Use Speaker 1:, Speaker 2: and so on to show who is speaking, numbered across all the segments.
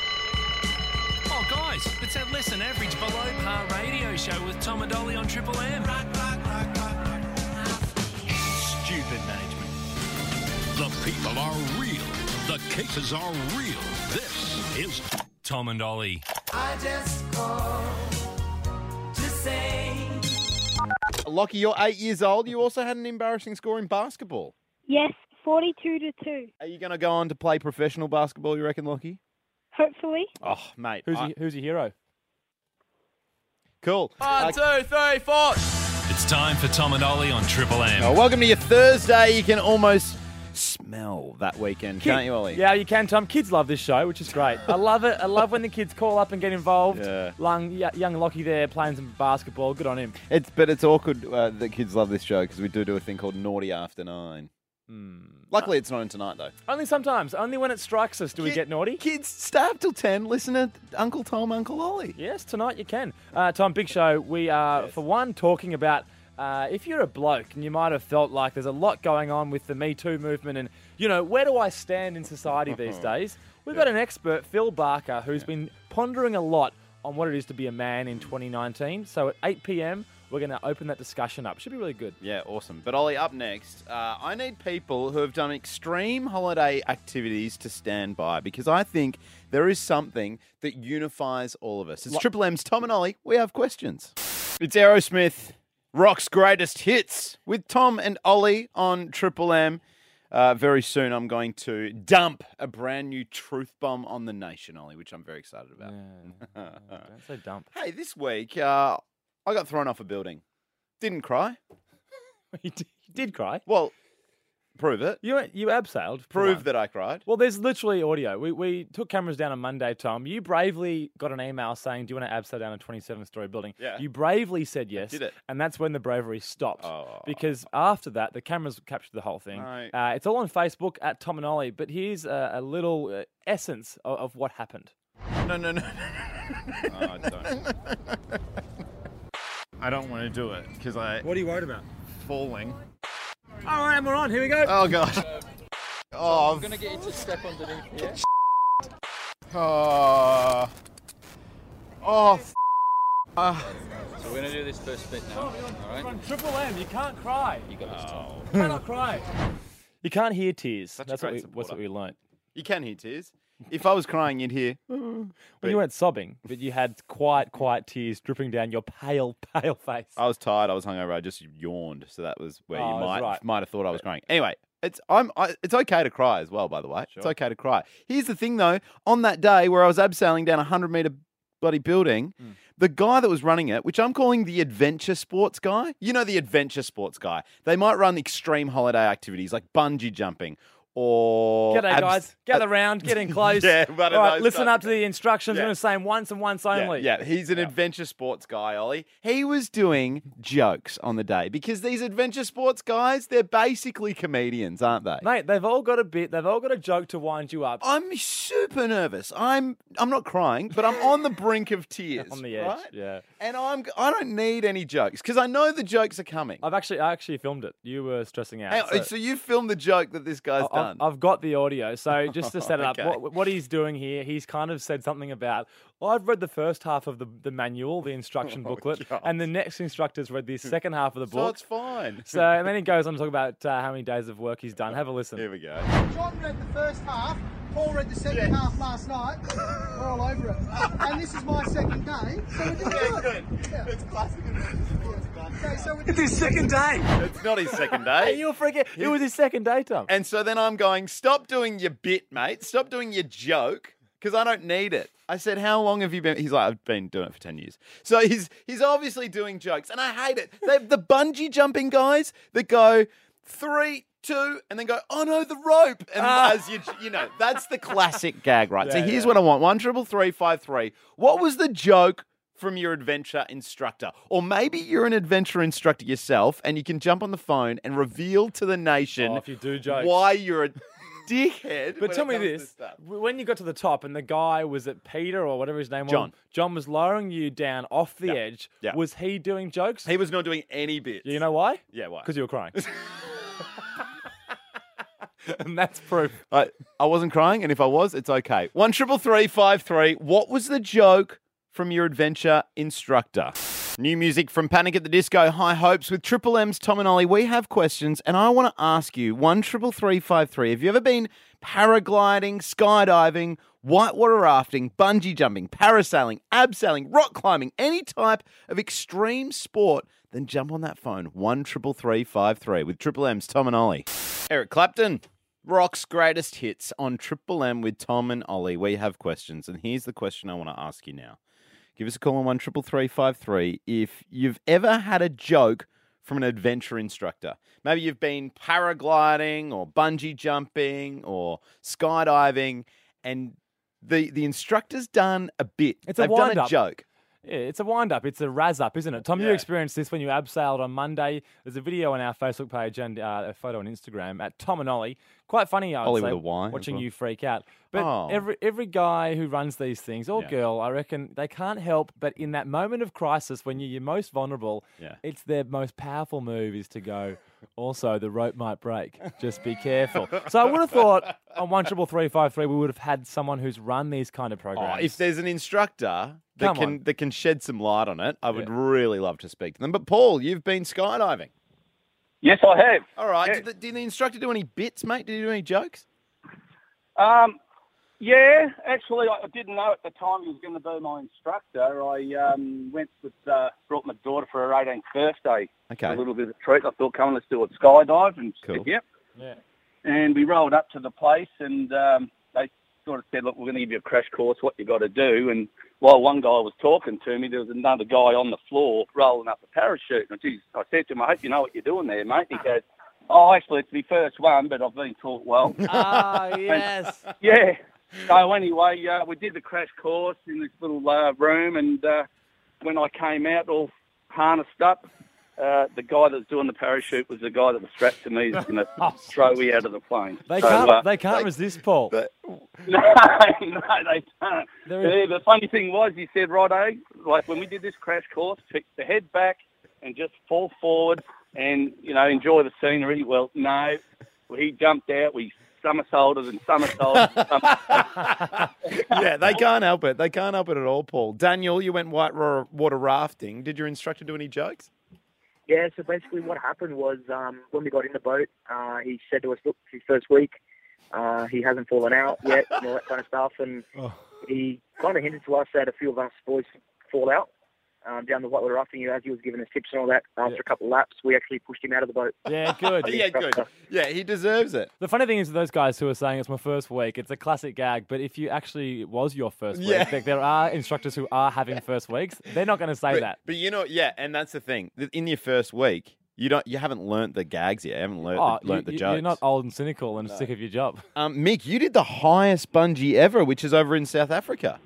Speaker 1: Oh, show with Tom and Ollie on Triple M.
Speaker 2: Stupid management. The people are real. The cases are real. This is
Speaker 1: Tom and Ollie.
Speaker 3: I just called to say
Speaker 4: Lockie, you're eight years old. You also had an embarrassing score in basketball.
Speaker 5: Yes, 42 to 2,
Speaker 4: Are you going to go on to play professional basketball, you reckon, Lockie?
Speaker 5: hopefully.
Speaker 4: Oh, mate.
Speaker 6: Who's,
Speaker 4: I-
Speaker 6: your, who's your hero?
Speaker 4: Cool. Uh,
Speaker 1: It's time for Tom and Ollie on Triple M.
Speaker 4: oh, welcome to your Thursday. You can almost smell that weekend, can't you, Ollie?
Speaker 6: Yeah, you can, Tom. Kids love this show, which is great. I love it. I love when the kids call up and get involved.
Speaker 4: Yeah.
Speaker 6: Lung- y- young Lockie there playing some basketball. Good on him.
Speaker 4: It's, but it's awkward uh, that kids love this show because we do do a thing called Naughty After Nine.
Speaker 6: Hmm.
Speaker 4: Luckily, it's not on tonight, though.
Speaker 6: Only sometimes. Only when it strikes us do we
Speaker 4: Ki-
Speaker 6: get naughty.
Speaker 4: Kids, stay up till 10, listen to Uncle Tom, Uncle Ollie.
Speaker 6: Yes, tonight you can. Uh, Tom, big show. We are, for one, talking about uh, if you're a bloke and you might have felt like there's a lot going on with the Me Too movement and, you know, where do I stand in society these days? We've got an expert, Phil Barker, who's been pondering a lot on what it is to be a man in 2019. So at 8 p.m., we're going to open that discussion up. Should be really good.
Speaker 4: Yeah, awesome. But Ollie, up next, uh, I need people who have done extreme holiday activities to stand by because I think there is something that unifies all of us. It's Triple M's Tom and Ollie. We have questions. It's Aerosmith, rock's greatest hits, with Tom and Ollie on Triple M. Uh, very soon, I'm going to dump a brand new truth bomb on the nation, Ollie, which I'm very excited about.
Speaker 6: Don't say dump.
Speaker 4: Hey, this week uh, I got thrown off a building. Didn't cry.
Speaker 6: you did- you did cry.
Speaker 4: Well, prove it.
Speaker 6: You, you abseiled. for
Speaker 4: prove
Speaker 6: one.
Speaker 4: that I cried.
Speaker 6: Well, there's literally audio. We, we took cameras down on Monday, Tom. You bravely got an email saying, Do you want to abseil down a 27 story building?
Speaker 4: Yeah.
Speaker 6: You bravely said yes.
Speaker 4: did it.
Speaker 6: And that's when the bravery stopped.
Speaker 4: Oh.
Speaker 6: Because after that, the cameras captured the whole thing.
Speaker 4: No.
Speaker 6: Uh, it's all on Facebook at Tom and Ollie, but here's a, a little uh, essence of, of what happened.
Speaker 4: No, no, no. I don't.
Speaker 7: I don't want to do it because I
Speaker 6: What are you worried about?
Speaker 7: falling.
Speaker 6: All right, we're on. Here we go.
Speaker 4: Oh god. Oh, I'm gonna get you to step
Speaker 7: uh,
Speaker 4: underneath. Oh. Oh. f-
Speaker 8: We're gonna do this first bit now. All
Speaker 6: We're
Speaker 8: right.
Speaker 6: on Triple M. You can't cry. You
Speaker 8: got this, Tom.
Speaker 6: cannot cry. You can't hear tears.
Speaker 4: a
Speaker 6: that's what
Speaker 4: great
Speaker 6: we, that's what
Speaker 4: supporter.
Speaker 6: we learned.
Speaker 4: You can hear tears. If I was crying, you'd hear.
Speaker 6: Well, you weren't sobbing, but you had quiet, quiet tears dripping down your pale, pale face.
Speaker 4: I was tired. I was hungover. I just yawned, so that was where
Speaker 6: Oh,
Speaker 4: you
Speaker 6: that's
Speaker 4: might
Speaker 6: right.
Speaker 4: might have thought I was crying. Anyway, it's I'm I, it's okay to cry as well. By the way, it's okay to cry. Here's the thing though: on that day where I was abseiling down a hundred meter bloody building,
Speaker 6: Hmm.
Speaker 4: the guy that was running it, which I'm calling the adventure sports guy, you know the adventure sports guy. They might run extreme holiday activities like bungee jumping or
Speaker 6: G'day,
Speaker 4: Oh, abs-
Speaker 6: guys. Gather round. Get in close.
Speaker 4: Yeah, one of
Speaker 6: All right,
Speaker 4: those
Speaker 6: listen
Speaker 4: types.
Speaker 6: up to the instructions.
Speaker 4: Yeah.
Speaker 6: We're going to say 'em once and once
Speaker 4: Yeah,
Speaker 6: only.
Speaker 4: Yeah, he's an adventure sports guy, Ollie. He was doing jokes on the day because these adventure sports guys, they're basically comedians, aren't they?
Speaker 6: Mate, they've all got a bit. They've all got a joke to wind you up.
Speaker 4: I'm super nervous. I'm I'm not crying, but I'm on the brink of tears.
Speaker 6: On the edge,
Speaker 4: right?
Speaker 6: yeah.
Speaker 4: And I'm I don't need any jokes because I know the jokes are coming.
Speaker 6: I've actually, I actually filmed it. You were stressing out.
Speaker 4: Hang on,
Speaker 6: so-
Speaker 4: so, you filmed the joke that this guy's
Speaker 6: I- I've,
Speaker 4: done.
Speaker 6: I've got the audio. So just to set it up,
Speaker 4: Okay.
Speaker 6: what, what he's doing here, he's kind of said something about, well, I've read the first half of the, the manual, the instruction booklet, and the next instructor's read the second half of the
Speaker 4: Oh, so
Speaker 6: book.
Speaker 4: it's fine.
Speaker 6: So, and then he goes on to talk about uh, how many days of work he's done. Have a listen.
Speaker 4: Here we go.
Speaker 9: John read the first half, Paul read the second half last night. We're all over it. And this is my second day, so we're doing good. Yeah. It's classic. Okay, so we're doing
Speaker 3: his second day.
Speaker 4: It's not his second day.
Speaker 6: Hey, you were freaking. It was his second day, Tom.
Speaker 4: And so then I'm going, stop doing your bit, mate. Stop doing your joke because I don't need it. I said, how long have you been? He's like, I've been doing it for 10 years. So he's he's obviously doing jokes and I hate it. They the bungee jumping guys that go three, two, and then go, oh no, the rope. And as you, you know, that's the classic gag, right? so
Speaker 6: Ah. Yeah,
Speaker 4: here's
Speaker 6: yeah.
Speaker 4: what I want. One triple three five three. What was the joke? From your adventure instructor. Or maybe you're an adventure instructor yourself and you can jump on the phone and reveal to the nation
Speaker 6: Oh, if you do jokes.
Speaker 4: why you're a dickhead. when
Speaker 6: But tell
Speaker 4: it
Speaker 6: me
Speaker 4: comes to
Speaker 6: this:
Speaker 4: stuff.
Speaker 6: w- when you got to the top, and the guy was it Peter or whatever his name was,
Speaker 4: John.
Speaker 6: John was lowering you down off the edge.
Speaker 4: yeah.
Speaker 6: Was he doing jokes?
Speaker 4: He was not doing any bits.
Speaker 6: you know why?
Speaker 4: Yeah, why?
Speaker 6: Because you were crying. and that's proof.
Speaker 4: I, I wasn't crying, and if I was, it's okay. One triple three five three. What was the joke from your adventure instructor? New music from Panic at the Disco, High Hopes with Triple M's Tom and Ollie. We have questions, and I want to ask you one triple three five three. Have you ever been paragliding, skydiving, whitewater rafting, bungee jumping, parasailing, abseiling, rock climbing, any type of extreme sport? Then jump on that phone one triple three five three with Triple M's Tom and Ollie. Eric Clapton. Rock's greatest hits on Triple M with Tom and Ollie. We have questions, and here's the question I want to ask you now. Give us a call on one triple three five three if you've ever had a joke from an adventure instructor. Maybe you've been paragliding or bungee jumping or skydiving, and the the instructor's done a bit.
Speaker 6: It's a
Speaker 4: They've done a
Speaker 6: wind-up.
Speaker 4: joke.
Speaker 6: Yeah, it's a wind up. It's a razz up, isn't it? Tom, you experienced this when you abseiled on Monday. There's a video on our Facebook page and uh, a photo on Instagram at Tom and Ollie. Quite funny, I would
Speaker 4: Ollie
Speaker 6: say,
Speaker 4: with a Y as
Speaker 6: watching
Speaker 4: well.
Speaker 6: you freak out. But
Speaker 4: Oh.
Speaker 6: every every guy who runs these things or girl, I reckon they can't help but in that moment of crisis when you're your most vulnerable,
Speaker 4: Yeah.
Speaker 6: it's their most powerful move is to go. Also, the rope might break. Just be careful. So I would have thought on one triple three five three we would have had someone who's run these kind of
Speaker 4: Oh,
Speaker 6: programs.
Speaker 4: if there's an instructor that
Speaker 6: Come
Speaker 4: can
Speaker 6: on.
Speaker 4: that can shed some light on it, I would
Speaker 6: Yeah.
Speaker 4: really love to speak to them. But Paul, you've been skydiving.
Speaker 10: Yes, I have.
Speaker 4: All right.
Speaker 10: Yeah.
Speaker 4: Did, the, did the instructor do any bits, mate? Did he do any jokes?
Speaker 10: Um, yeah, actually, I I didn't know at the time he was going to be my instructor. I um, went with uh, brought my daughter for her 18th birthday.
Speaker 4: Okay.
Speaker 10: A little bit of a treat. I thought, come on, let's do a skydive. And she said,
Speaker 4: Cool.
Speaker 10: yep.
Speaker 6: Yeah.
Speaker 10: And we rolled up to the place, and um, they sort of said, look, we're going to give you a crash course, what you got to do. And while one guy was talking to me, there was another guy on the floor rolling up a parachute. And geez, I said to him, I hope you know what you're doing there, mate. He goes, oh, actually, it's my first one, but I've been taught well.
Speaker 6: Ah, yes.
Speaker 10: Yeah. So anyway, uh, we did the crash course in this little uh, room, and uh, when I came out all harnessed up, uh, the guy that was doing the parachute was the guy that was strapped to me. He's going to throw me out of the plane.
Speaker 6: Oh, They
Speaker 10: So,
Speaker 6: can't.
Speaker 10: uh,
Speaker 6: they can't resist, Paul.
Speaker 10: no, no, they can't.
Speaker 6: There is-
Speaker 10: Yeah, the funny thing was, he said, righto, like when we did this crash course, pick the head back and just fall forward and, you know, enjoy the scenery. Well, no, he jumped out. We somersaulted and somersaulted. and somersaulted.
Speaker 4: yeah, they can't help it. They can't help it at all, Paul. Daniel, you went white ro- water rafting. Did your instructor do any jokes?
Speaker 11: Yeah, so basically what happened was um, when we got in the boat, uh, he said to us, look, it's his first week. Uh, he hasn't fallen out yet and all that kind of stuff. And
Speaker 6: Oh.
Speaker 11: he kind of hinted to us that a few of us boys fall out um, down the whitewater rafting. You know, As he was giving us tips and all that, after a couple of laps, we actually pushed him out of the boat.
Speaker 6: Yeah, good.
Speaker 4: Yeah, good. Yeah, he deserves it.
Speaker 6: The funny thing is, those guys who are saying it's my first week, it's a classic gag. But if you actually it was your first week,
Speaker 4: Yeah.
Speaker 6: like, there are instructors who are having first weeks. They're not going to say
Speaker 4: But,
Speaker 6: that.
Speaker 4: but you know, yeah, and that's the thing. Th- In your first week, you don't, you haven't learnt the gags yet. You haven't learnt,
Speaker 6: Oh,
Speaker 4: the, learnt the
Speaker 6: you,
Speaker 4: jokes.
Speaker 6: are not old and cynical and sick of your job.
Speaker 4: um, Mick, you did the highest bungee ever, which is over in South Africa.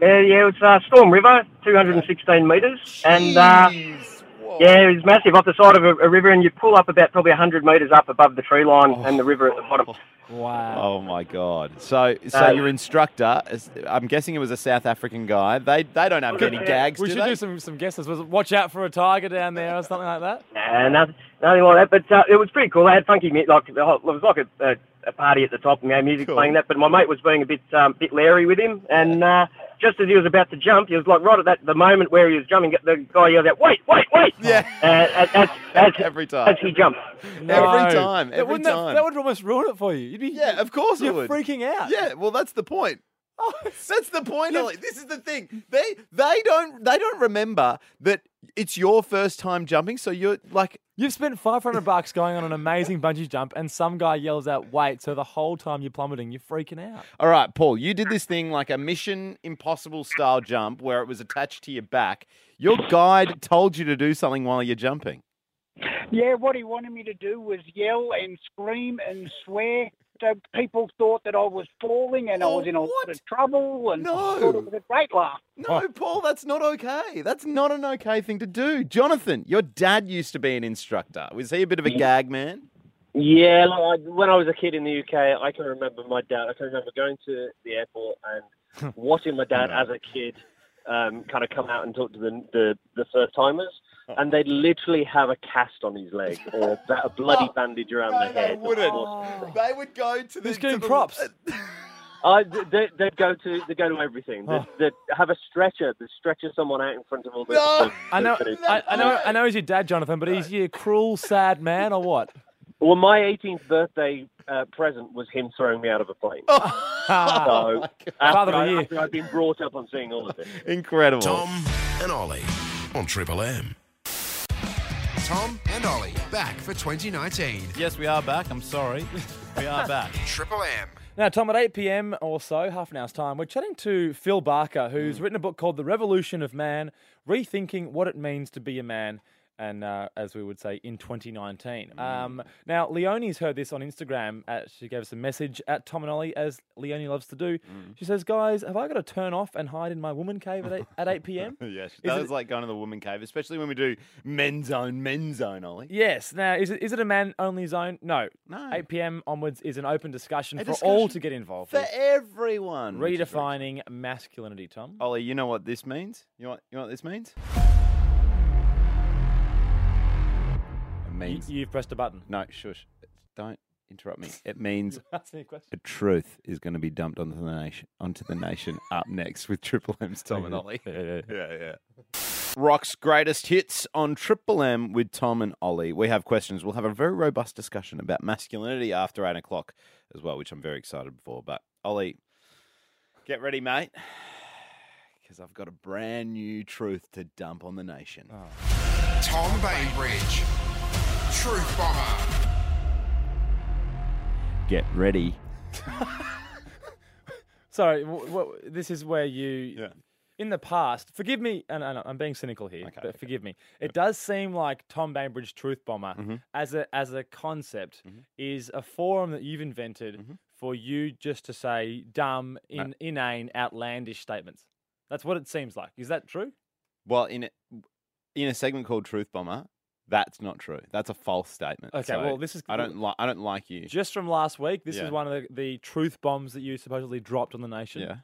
Speaker 11: Yeah, yeah, it was uh, Storm River, 216 metres. And uh,
Speaker 4: Jeez, whoa.
Speaker 11: yeah, it was massive off the side of a, a river and you pull up about probably 100 metres up above the tree line and the river at the bottom.
Speaker 6: Wow.
Speaker 4: Oh my God! So, so
Speaker 11: Uh,
Speaker 4: your instructor, is- I'm guessing it was a South African guy. They, they don't have any gags.
Speaker 6: we
Speaker 4: do
Speaker 6: should
Speaker 4: they?
Speaker 6: do some, some guesses. Was it watch out for a tiger down there or something like that?
Speaker 11: Nah, nothing, uh, nothing like that. But uh, it was pretty cool. They had funky music. Like the whole- it was like a, a, a party at the top, and they had music
Speaker 4: Cool.
Speaker 11: playing that. But my mate was being a bit um, bit leery with him, and uh, just as he was about to jump, he was like right at that the moment where he was jumping, the guy yelled out, "Wait, wait, wait!"
Speaker 4: Yeah.
Speaker 11: Uh, as, as, as,
Speaker 4: Every time.
Speaker 11: as he jumped.
Speaker 4: Every time,
Speaker 6: That
Speaker 4: every
Speaker 6: wouldn't That,
Speaker 4: time.
Speaker 6: that would almost ruin it for you. You'd be
Speaker 4: Yeah, of course it
Speaker 6: you're
Speaker 4: would.
Speaker 6: freaking out.
Speaker 4: Yeah, well, that's the point.
Speaker 6: Oh,
Speaker 4: That's the point, Ollie. This is the thing. They they don't they don't remember that it's your first time jumping, so you're like
Speaker 6: You've spent 500 bucks going on an amazing bungee jump, and some guy yells out, wait. So the whole time you're plummeting, you're freaking out.
Speaker 4: all right, Paul, you did this thing like a Mission Impossible style jump where it was attached to your back. Your guide told you to do something while you're jumping.
Speaker 12: Yeah, what he wanted me to do was yell and scream and swear. So people thought that I was falling and I was in a lot of trouble and
Speaker 4: No.
Speaker 12: thought it was a great laugh.
Speaker 8: Oh.
Speaker 4: No, Paul, that's not okay. That's not an okay thing to do. Jonathan, your dad used to be an instructor. Was he a bit of a gag man?
Speaker 11: Yeah, like, I- when I was a kid in the UK, I can remember my dad. I can remember going to the airport and watching my dad as a kid um, kind of come out and talk to the the, the first timers, and they'd literally have a cast on his leg or ba- a bloody bandage around
Speaker 4: No,
Speaker 11: their
Speaker 4: they
Speaker 11: head.
Speaker 8: Oh.
Speaker 4: wouldn't. They would go to the. uh,
Speaker 6: Who's getting
Speaker 4: to the-
Speaker 6: props?
Speaker 13: I they, they'd go to they go to everything. They'd, they'd have a stretcher. They'd stretcher someone out in front of all the. the-
Speaker 6: I know,
Speaker 13: the-
Speaker 6: I, I know, I know. He's your dad, Jonathan, but he's your cruel, sad man, or what?
Speaker 13: Well, my 18th birthday uh, present was him throwing me out of a plane.
Speaker 6: Oh,
Speaker 13: so,
Speaker 6: my
Speaker 13: after,
Speaker 6: God. Father of the
Speaker 13: I,
Speaker 6: year.
Speaker 13: after I've been brought up on seeing all of it.
Speaker 4: Incredible.
Speaker 14: Tom and Ollie on Triple M.
Speaker 15: Tom and Ollie back for 2019.
Speaker 8: Yes, we are back. I'm sorry. We are back.
Speaker 15: Triple M.
Speaker 6: Now, Tom, at 8 p.m. or so, half an hour's time, we're chatting to Phil Barker,
Speaker 4: Mm.
Speaker 6: who's written a book called The Revolution of Man Rethinking What It Means to Be a Man. And uh, as we would say, in 2019.
Speaker 4: Mm.
Speaker 6: Um, now, Leonie's heard this on Instagram. At, she gave us a message at Tom and Ollie, as Leonie loves to do.
Speaker 4: Mm.
Speaker 6: She says, Guys, have I got to turn off and hide in my woman cave at 8, at 8 p.m.?
Speaker 4: yeah, she-
Speaker 6: Is
Speaker 4: that
Speaker 6: it-
Speaker 4: was like going to the woman cave, especially when we do men's zone, men's zone, Ollie.
Speaker 6: Yes. Now, is it, is it a man only zone? No.
Speaker 4: No.
Speaker 6: 8 p.m. onwards is an open discussion
Speaker 4: A
Speaker 6: for all
Speaker 4: discussion
Speaker 6: to get involved
Speaker 4: for
Speaker 6: with.
Speaker 4: everyone. which is very-
Speaker 6: Redefining masculinity, Tom.
Speaker 4: Ollie, you know what this means? You know what, you know what this means? It means.
Speaker 6: you've pressed a button.
Speaker 4: No, shush. Don't interrupt me. It means
Speaker 6: Ask me a question.
Speaker 4: the truth is going to be dumped onto the nation. Onto the nation up next with Triple M's Tom and Ollie.
Speaker 6: yeah,
Speaker 4: yeah. Rock's greatest hits on Triple M with Tom and Ollie. We have questions. We'll have a very robust discussion about masculinity after eight o'clock as well, which I'm very excited for. But Ollie, get ready, mate, because I've got a brand new truth to dump on the nation.
Speaker 15: Tom Bainbridge. Truth Bomber.
Speaker 4: Get ready.
Speaker 6: Sorry, w- w- this is where you. In the past, forgive me, and I know I'm being cynical here, but forgive me. It does seem like Tom Bainbridge Truth Bomber,
Speaker 4: Mhm.
Speaker 6: as a as a concept,
Speaker 4: Mm-hmm.
Speaker 6: is a forum that you've invented for you just to say dumb,
Speaker 4: No.
Speaker 6: in, inane, outlandish statements. That's what it seems like. Is that true?
Speaker 4: Well, in a, in a segment called Truth Bomber, that's not true. That's a false statement.
Speaker 6: Okay,
Speaker 4: So
Speaker 6: well, this is-
Speaker 4: I don't like. I don't like you.
Speaker 6: Just from last week, this
Speaker 4: Yeah.
Speaker 6: is one of the, the truth bombs that you supposedly dropped on the nation.
Speaker 4: Yeah.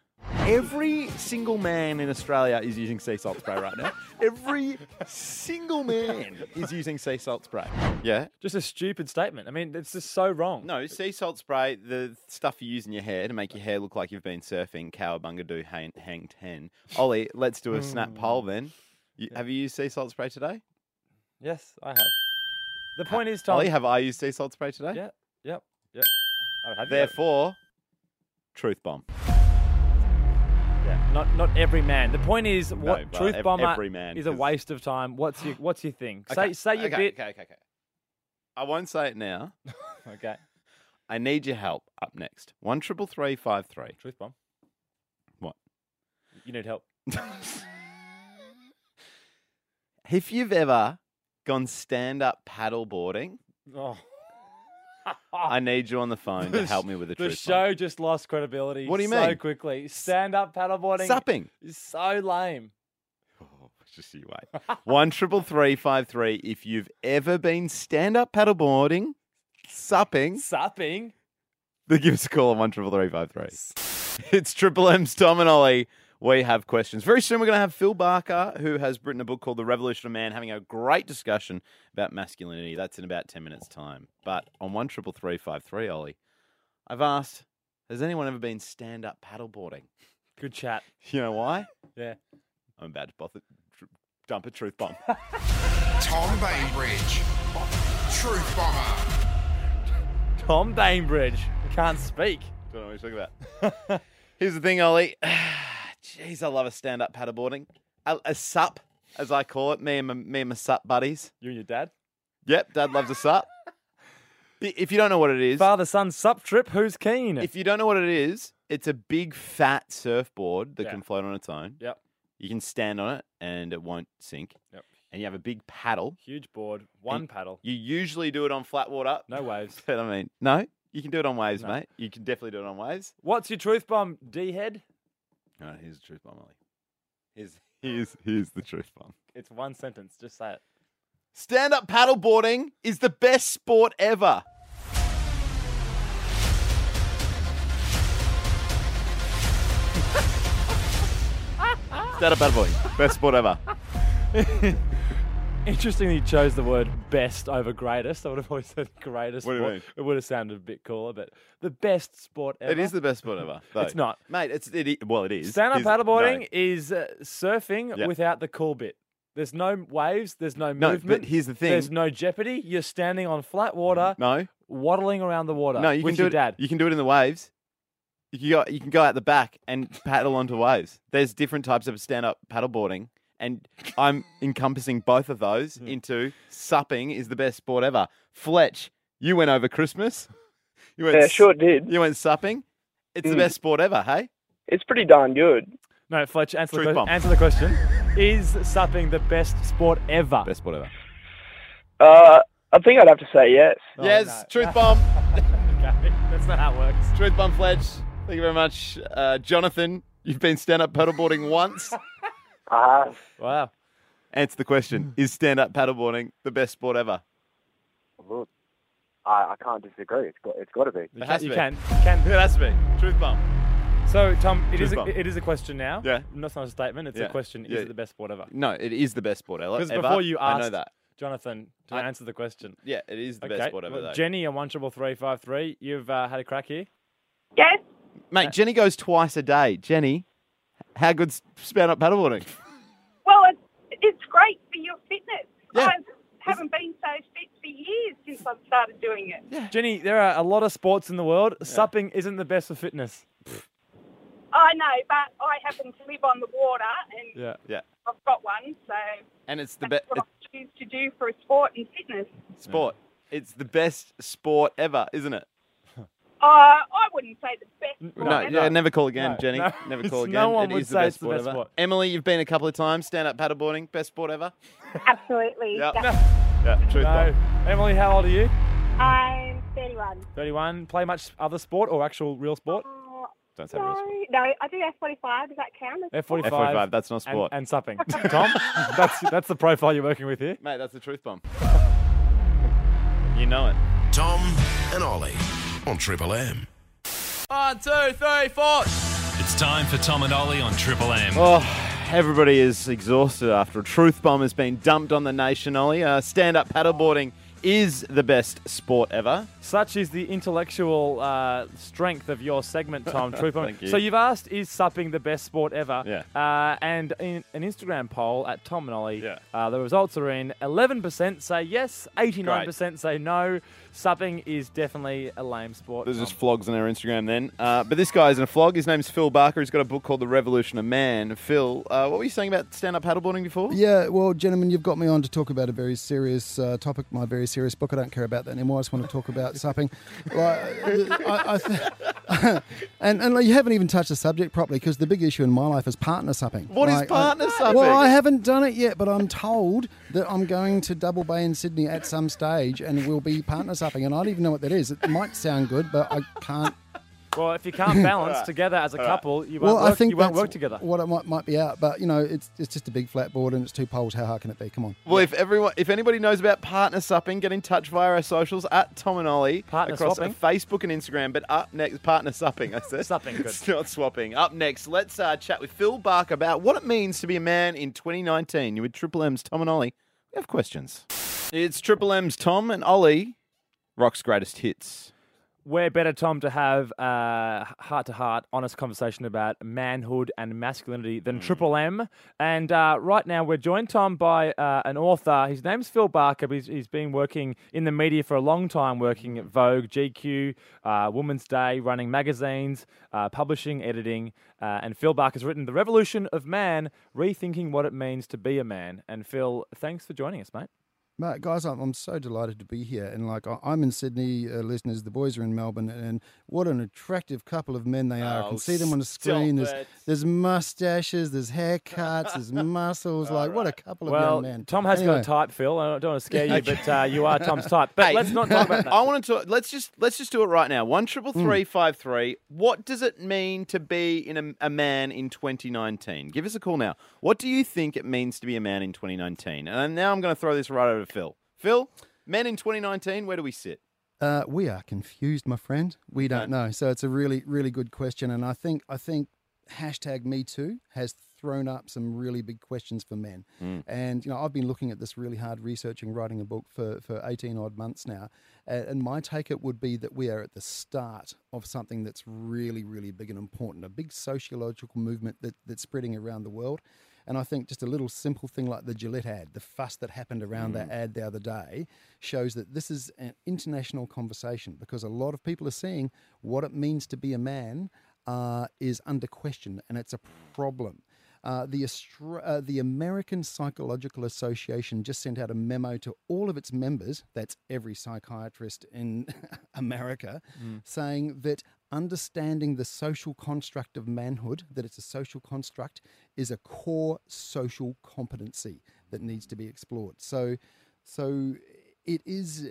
Speaker 4: Every single man in Australia is using sea salt spray right now. Every single man is using sea salt spray. Yeah.
Speaker 6: Just a stupid statement. I mean, it's just so wrong.
Speaker 4: No, sea salt spray, the stuff you use in your hair to make your hair look like you've been surfing, cowabunga do hang, hang 10. Ollie, let's do a
Speaker 6: Hmm.
Speaker 4: snap poll then. You, Have you used sea salt spray today?
Speaker 6: Yes, I have. The point is, Tom.
Speaker 4: Ollie, have I used sea salt spray today?
Speaker 6: Yeah. Yep. Yep. I don't have you.
Speaker 4: Therefore, truth bomb.
Speaker 6: Yeah. Not not every man. The point is, what
Speaker 4: but
Speaker 6: truth
Speaker 4: ev-
Speaker 6: bomber
Speaker 4: every man,
Speaker 6: is a
Speaker 4: 'cause-
Speaker 6: waste of time. What's your What's your thing? Say
Speaker 4: Okay,
Speaker 6: say your
Speaker 4: okay,
Speaker 6: bit.
Speaker 4: Okay, okay, okay. I won't say it now.
Speaker 6: okay.
Speaker 4: I need your help up next. One triple three five three.
Speaker 6: Truth bomb.
Speaker 4: What?
Speaker 6: You need help.
Speaker 4: If you've ever gone stand up paddle boarding,
Speaker 6: Oh.
Speaker 4: I need you on the phone to help me with the
Speaker 6: Ah. The
Speaker 4: truth.
Speaker 6: show just lost credibility.
Speaker 4: What do you
Speaker 6: so
Speaker 4: mean?
Speaker 6: quickly. Stand up paddleboarding.
Speaker 4: Supping.
Speaker 6: Is so lame.
Speaker 4: Oh, Just you wait. One triple three five three. If you've ever been stand up paddle boarding, supping,
Speaker 6: supping,
Speaker 4: then give us a call on one triple three five three. It's Triple M's Tom and Ollie. We have questions. Very soon we're going to have Phil Barker, who has written a book called The Revolution of Man, having a great discussion about masculinity. That's in about ten minutes' time. But on one triple three five three, Ollie, I've asked, has anyone ever been stand up paddle boarding?
Speaker 6: Good chat.
Speaker 4: You know why?
Speaker 6: Yeah.
Speaker 4: I'm about to bother, tr- dump a truth bomb.
Speaker 15: Tom Bainbridge. Truth Bomber.
Speaker 6: Tom Bainbridge can't speak.
Speaker 4: Don't know what you're talking about. Here's the thing, Ollie. Jeez, I love a stand-up paddleboarding. A, a sup, as I call it. Me and my, me and my sup buddies.
Speaker 6: You and your dad.
Speaker 4: Yep, dad loves a sup. I- If you don't know what it is,
Speaker 6: father son sup trip. Who's keen?
Speaker 4: If you don't know what it is, it's a big fat surfboard that
Speaker 6: Yeah.
Speaker 4: can float on its own.
Speaker 6: Yep.
Speaker 4: You can stand on it and it won't sink.
Speaker 6: Yep.
Speaker 4: And you have a big paddle.
Speaker 6: Huge board. One
Speaker 4: And
Speaker 6: paddle.
Speaker 4: You usually do it on flat water.
Speaker 6: No waves.
Speaker 4: But I mean, no, you can do it on waves, mate. You can definitely do it on waves.
Speaker 6: What's your truth bomb, D head?
Speaker 4: All right, here's the truth bomb, Ollie. Here's here's here's the truth bomb.
Speaker 6: It's one sentence. Just say it.
Speaker 4: Stand up paddleboarding is the best sport ever. Stand up paddleboarding, best sport ever.
Speaker 6: Interestingly, you chose the word best over greatest. I would have always said greatest.
Speaker 4: What do you
Speaker 6: sport.
Speaker 4: mean?
Speaker 6: It would have sounded a bit cooler, but the best sport ever.
Speaker 4: It is the best sport ever. though.
Speaker 6: It's not.
Speaker 4: mate. It's it. i- Well, it is.
Speaker 6: Stand up
Speaker 4: Is-
Speaker 6: paddleboarding is uh, surfing
Speaker 4: Yeah.
Speaker 6: without the cool bit. There's no waves, there's no,
Speaker 4: No, but
Speaker 6: movement.
Speaker 4: here's the thing.
Speaker 6: There's no jeopardy. You're standing on flat water,
Speaker 4: No. No.
Speaker 6: waddling around the water.
Speaker 4: No, you
Speaker 6: with
Speaker 4: can do
Speaker 6: your
Speaker 4: it.
Speaker 6: dad.
Speaker 4: You can do it in the waves. You can go. You can go out the back and paddle onto waves. There's different types of stand-up paddleboarding, and I'm encompassing both of those
Speaker 6: Hmm.
Speaker 4: into supping is the best sport ever. Fletch, you went over Christmas. You went.
Speaker 16: Yeah, sure
Speaker 4: did. You went supping. It's the
Speaker 16: Mm.
Speaker 4: best sport ever. Hey.
Speaker 16: It's pretty darn good.
Speaker 6: No, Fletch, answer,
Speaker 4: Truth
Speaker 6: the, que-
Speaker 4: bomb.
Speaker 6: answer the question. Is supping the best sport ever? Best
Speaker 4: sport ever.
Speaker 16: Uh, I think I'd have to say yes.
Speaker 4: yes. Truth bomb.
Speaker 6: Oh, okay, that's not how it works.
Speaker 4: Truth bomb, Fletch. Thank you very much, uh, Jonathan. You've been stand-up paddleboarding once.
Speaker 16: Ah.
Speaker 6: wow. Hmm.
Speaker 4: Answer the question: Is stand-up paddleboarding the best sport ever?
Speaker 11: Look, I, I can't disagree. It's got, it's got to be.
Speaker 6: You
Speaker 4: It
Speaker 6: can,
Speaker 4: has
Speaker 6: you
Speaker 4: to be.
Speaker 6: can. can.
Speaker 4: It has to be. Truth bomb.
Speaker 6: So, Tom, it
Speaker 4: Truth
Speaker 6: is, a,
Speaker 4: bomb.
Speaker 6: it is a question now.
Speaker 4: Yeah.
Speaker 6: No, It's not a statement, it's
Speaker 4: Yeah.
Speaker 6: a question.
Speaker 4: Yeah.
Speaker 6: Is it the best sport ever?
Speaker 4: No, it is the best sport ever.
Speaker 6: Because before you asked
Speaker 4: I know that.
Speaker 6: Jonathan to answer the question.
Speaker 4: Yeah, it is the best sport ever,
Speaker 6: well,
Speaker 4: though.
Speaker 6: Jenny, a one triple three five three. You've uh, had a crack here.
Speaker 5: Yes.
Speaker 4: Mate, Jenny goes twice a day. Jenny, how good's stand up paddleboarding?
Speaker 5: Well, it's, it's great for your fitness.
Speaker 4: Yeah.
Speaker 5: I haven't been so fit for years since I've started doing it.
Speaker 6: Jenny, there are a lot of sports in the world. Supping isn't the best for fitness.
Speaker 5: I know, but I happen to live on the water and
Speaker 6: Yeah.
Speaker 4: Yeah.
Speaker 5: I've got one, so
Speaker 4: And it's the best
Speaker 5: what I choose to do for a sport and fitness.
Speaker 4: sport. It's the best sport ever, isn't it?
Speaker 5: Uh, I wouldn't say the best.
Speaker 4: No,
Speaker 5: sport
Speaker 4: yeah,
Speaker 5: ever.
Speaker 4: never call again,
Speaker 6: No,
Speaker 4: Jenny.
Speaker 6: no.
Speaker 4: Never
Speaker 6: It's-
Speaker 4: call again.
Speaker 6: no one
Speaker 4: It
Speaker 6: would
Speaker 4: is
Speaker 6: say
Speaker 4: the
Speaker 6: it's
Speaker 4: best
Speaker 6: the
Speaker 4: sport
Speaker 6: best
Speaker 4: ever.
Speaker 6: sport.
Speaker 4: Emily, you've been a couple of times. Stand up paddleboarding, best sport ever.
Speaker 5: Absolutely.
Speaker 4: Yeah.
Speaker 5: yeah.
Speaker 4: Yeah, truth
Speaker 6: No. Emily, how old are you?
Speaker 5: I'm 31.
Speaker 6: 31. Play much other sport or actual real sport?
Speaker 5: Uh,
Speaker 4: Don't say
Speaker 5: no, no, I do F45. Does that count? as-
Speaker 6: F45.
Speaker 4: F45, that's not sport.
Speaker 6: And, and supping. Tom, that's, that's the profile you're working with here.
Speaker 4: Mate, that's the truth bomb. you know it.
Speaker 14: Tom and Ollie on Triple M.
Speaker 1: One, two, three, four. It's time for Tom and Ollie on Triple M.
Speaker 4: Oh, everybody is exhausted after a truth bomb has been dumped on the nation, Ollie. Uh, stand up paddleboarding is the best sport ever.
Speaker 6: Such is the intellectual uh, strength of your segment, Tom Trooper.
Speaker 4: Thank you.
Speaker 6: So you've asked, is supping the best sport ever?
Speaker 4: Yeah.
Speaker 6: Uh, and in an Instagram poll at Tom and Ollie, uh, the results are in 11% say yes, 89% say no. Supping is definitely a lame sport.
Speaker 4: There's
Speaker 6: Tom.
Speaker 4: just flogs on our Instagram then. Uh, but this guy's in a flog. His name's Phil Barker. He's got a book called The Revolution of Man. Phil, uh, what were you saying about stand up paddleboarding before?
Speaker 17: Yeah, well, gentlemen, you've got me on to talk about a very serious uh, topic, my very serious book. I don't care about that anymore. I just want to talk about supping. Like, I, I th- and and like, you haven't even touched the subject properly because the big issue in my life is partner supping.
Speaker 4: What is
Speaker 17: I-
Speaker 4: partner supping?
Speaker 17: Well, I haven't done it yet, but I'm told that I'm going to Double Bay in Sydney at some stage and we'll be partner supping. And I don't even know what that is. It might sound good, but I can't
Speaker 6: Well, if you can't balance
Speaker 17: Alright.
Speaker 6: together as a
Speaker 17: Alright.
Speaker 6: couple, you won't, work, you won't
Speaker 17: that's
Speaker 6: work together.
Speaker 17: What it might, might be out, but you know, it's it's just a big flat board and it's two poles. How hard can it be? Come on.
Speaker 4: Well, if everyone, if anybody knows about partner supping, get in touch via our socials at Tom and Ollie
Speaker 6: Partner
Speaker 4: across
Speaker 6: swapping?
Speaker 4: Facebook and Instagram. But up next, partner supping. I said supping,
Speaker 6: good.
Speaker 4: it's not swapping. Up next, let's uh, chat with Phil Barker about what it means to be a man in 2019. You with Triple M's Tom and Ollie. We have questions. It's Triple M's Tom and Ollie. Rock's greatest hits.
Speaker 6: Where better, Tom, to have a heart to heart, honest conversation about manhood and masculinity than Triple M? And uh, right now, we're joined, Tom, by uh, an author. His name's Phil Barker, but he's, he's been working in the media for a long time, working at Vogue, GQ, uh, Woman's Day, running magazines, uh, publishing, editing. Uh, and Phil Barker's written The Revolution of Man Rethinking What It Means to Be a Man. And Phil, thanks for joining us, mate.
Speaker 17: Mate, guys, I'm, I'm so delighted to be here. And like, I- I'm in Sydney, uh, listeners. The boys are in Melbourne, and what an attractive couple of men they are. I
Speaker 4: Oh,
Speaker 17: can see them on the
Speaker 4: stop
Speaker 17: screen. There's,
Speaker 4: it.
Speaker 17: there's mustaches, there's haircuts, there's muscles. like, what a couple of
Speaker 6: Well,
Speaker 17: young men.
Speaker 6: Tom has got
Speaker 17: Anyway.
Speaker 6: a type, Phil. I don't want to scare you, but uh, you are Tom's type. But
Speaker 4: Hey,
Speaker 6: let's not talk about that. Hmm.
Speaker 4: I want to talk. Let's just let's just do it right now. One triple three five three. What does it mean to be in a, a man in 2019? Give us a call now. What do you think it means to be a man in 2019? And now I'm going to throw this right over to Phil. Phil, men in 2019, where do we sit?
Speaker 17: Uh, we are confused, my friend. We don't know. So it's a really, really good question, and I think I think hashtag Me Too has thrown up some really big questions for men.
Speaker 18: Mm.
Speaker 17: And you know, I've been looking at this really hard, researching, writing a book for for eighteen odd months now. And, and my take it would be that we are at the start of something that's really, really big and important, a big sociological movement that, that's spreading around the world. And I think just a little simple thing like the Gillette ad, the fuss that happened around that
Speaker 18: Mm.
Speaker 17: ad the other day, shows that this is an international conversation because a lot of people are seeing what it means to be a man uh, is under question and it's a problem. Uh, the, Austra- uh, the American Psychological Association just sent out a memo to all of its members, that's every psychiatrist in America,
Speaker 18: Mm.
Speaker 17: saying that understanding the social construct of manhood, that it's a social construct, is a core social competency that needs to be explored. So, so it is.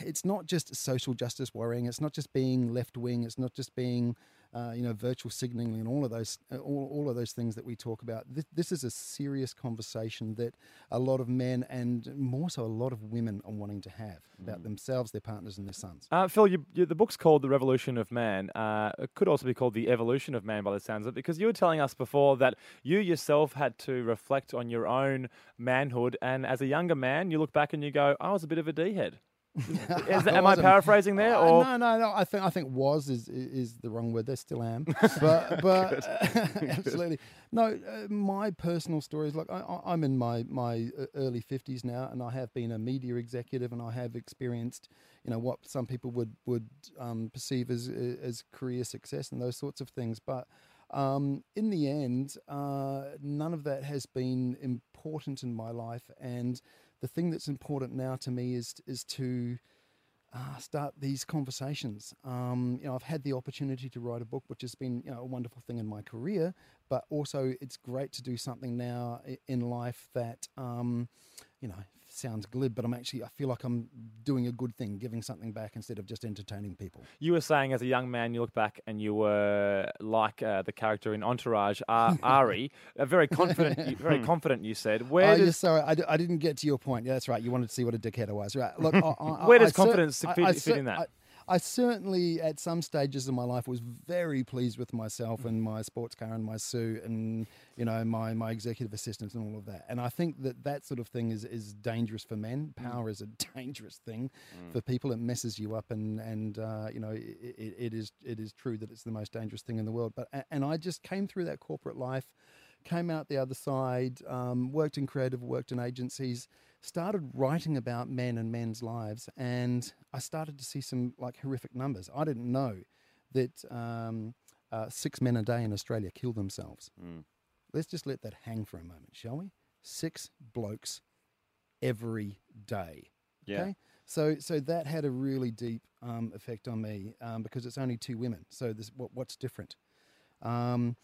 Speaker 17: It's not just social justice worrying. It's not just being left wing. It's not just being, uh, you know, virtual signaling and all of those, all, all of those things that we talk about. This, this is a serious conversation that a lot of men and more so a lot of women are wanting to have about themselves, their partners, and their sons.
Speaker 6: Uh, Phil, you, you, the book's called The Revolution of Man. Uh, it could also be called The Evolution of Man by the sounds of it, because you were telling us before that you yourself had to reflect on your own manhood. And as a younger man, you look back and you go, I was a bit of a D head. Is that- am I
Speaker 17: wasn't.
Speaker 6: paraphrasing there?
Speaker 17: Uh,
Speaker 6: Or
Speaker 17: no, no, no. I think I think was is is the wrong word. There still am, but but absolutely no. Uh, my personal story is like I, I- I'm in my my uh, early fifties now, and I have been a media executive, and I have experienced you know what some people would would um, perceive as as career success and those sorts of things, but. Um, in the end, uh, none of that has been important in my life, and the thing that's important now to me is is to uh, start these conversations. Um, you know, I've had the opportunity to write a book, which has been you know, a wonderful thing in my career, but also it's great to do something now i- in life that, um, you know, sounds glib, but I'm actually, I feel like I'm doing a good thing, giving something back instead of just entertaining people.
Speaker 6: you were saying as a young man, you look back and you were like uh, the character in Entourage, Ar- Ari, uh, very confident, very confident, you said. Where
Speaker 17: oh,
Speaker 6: does-
Speaker 17: yeah, sorry, I, d- I didn't get to your point. Yeah, that's right. You wanted to see what a dickhead I was. Right. Look, I, I,
Speaker 6: Where
Speaker 17: I-
Speaker 6: does
Speaker 17: I cer-
Speaker 6: confidence fit- fit in that?
Speaker 17: I, I certainly, at some stages of my life, was very pleased with myself and my sports car and my suit and you know my my executive assistants and all of that. And I think that that sort of thing is is dangerous for
Speaker 6: Mm.
Speaker 17: men. Power is a dangerous thing
Speaker 18: Mm.
Speaker 17: for people. It messes you up, and and uh, you know it, it, it is it is true that it's the most dangerous thing in the world. But a- and I just came through that corporate life came out the other side, um, worked in creative, worked in agencies, started writing about men and men's lives, and I started to see some like horrific numbers. I didn't know that um, uh, six men a day in Australia kill themselves. Let's just let that hang for a moment, shall we? Six blokes every day.
Speaker 4: Yeah.
Speaker 17: So, so that had a really deep um, effect on me um, because it's only two women. So, this, what, what's different? Um,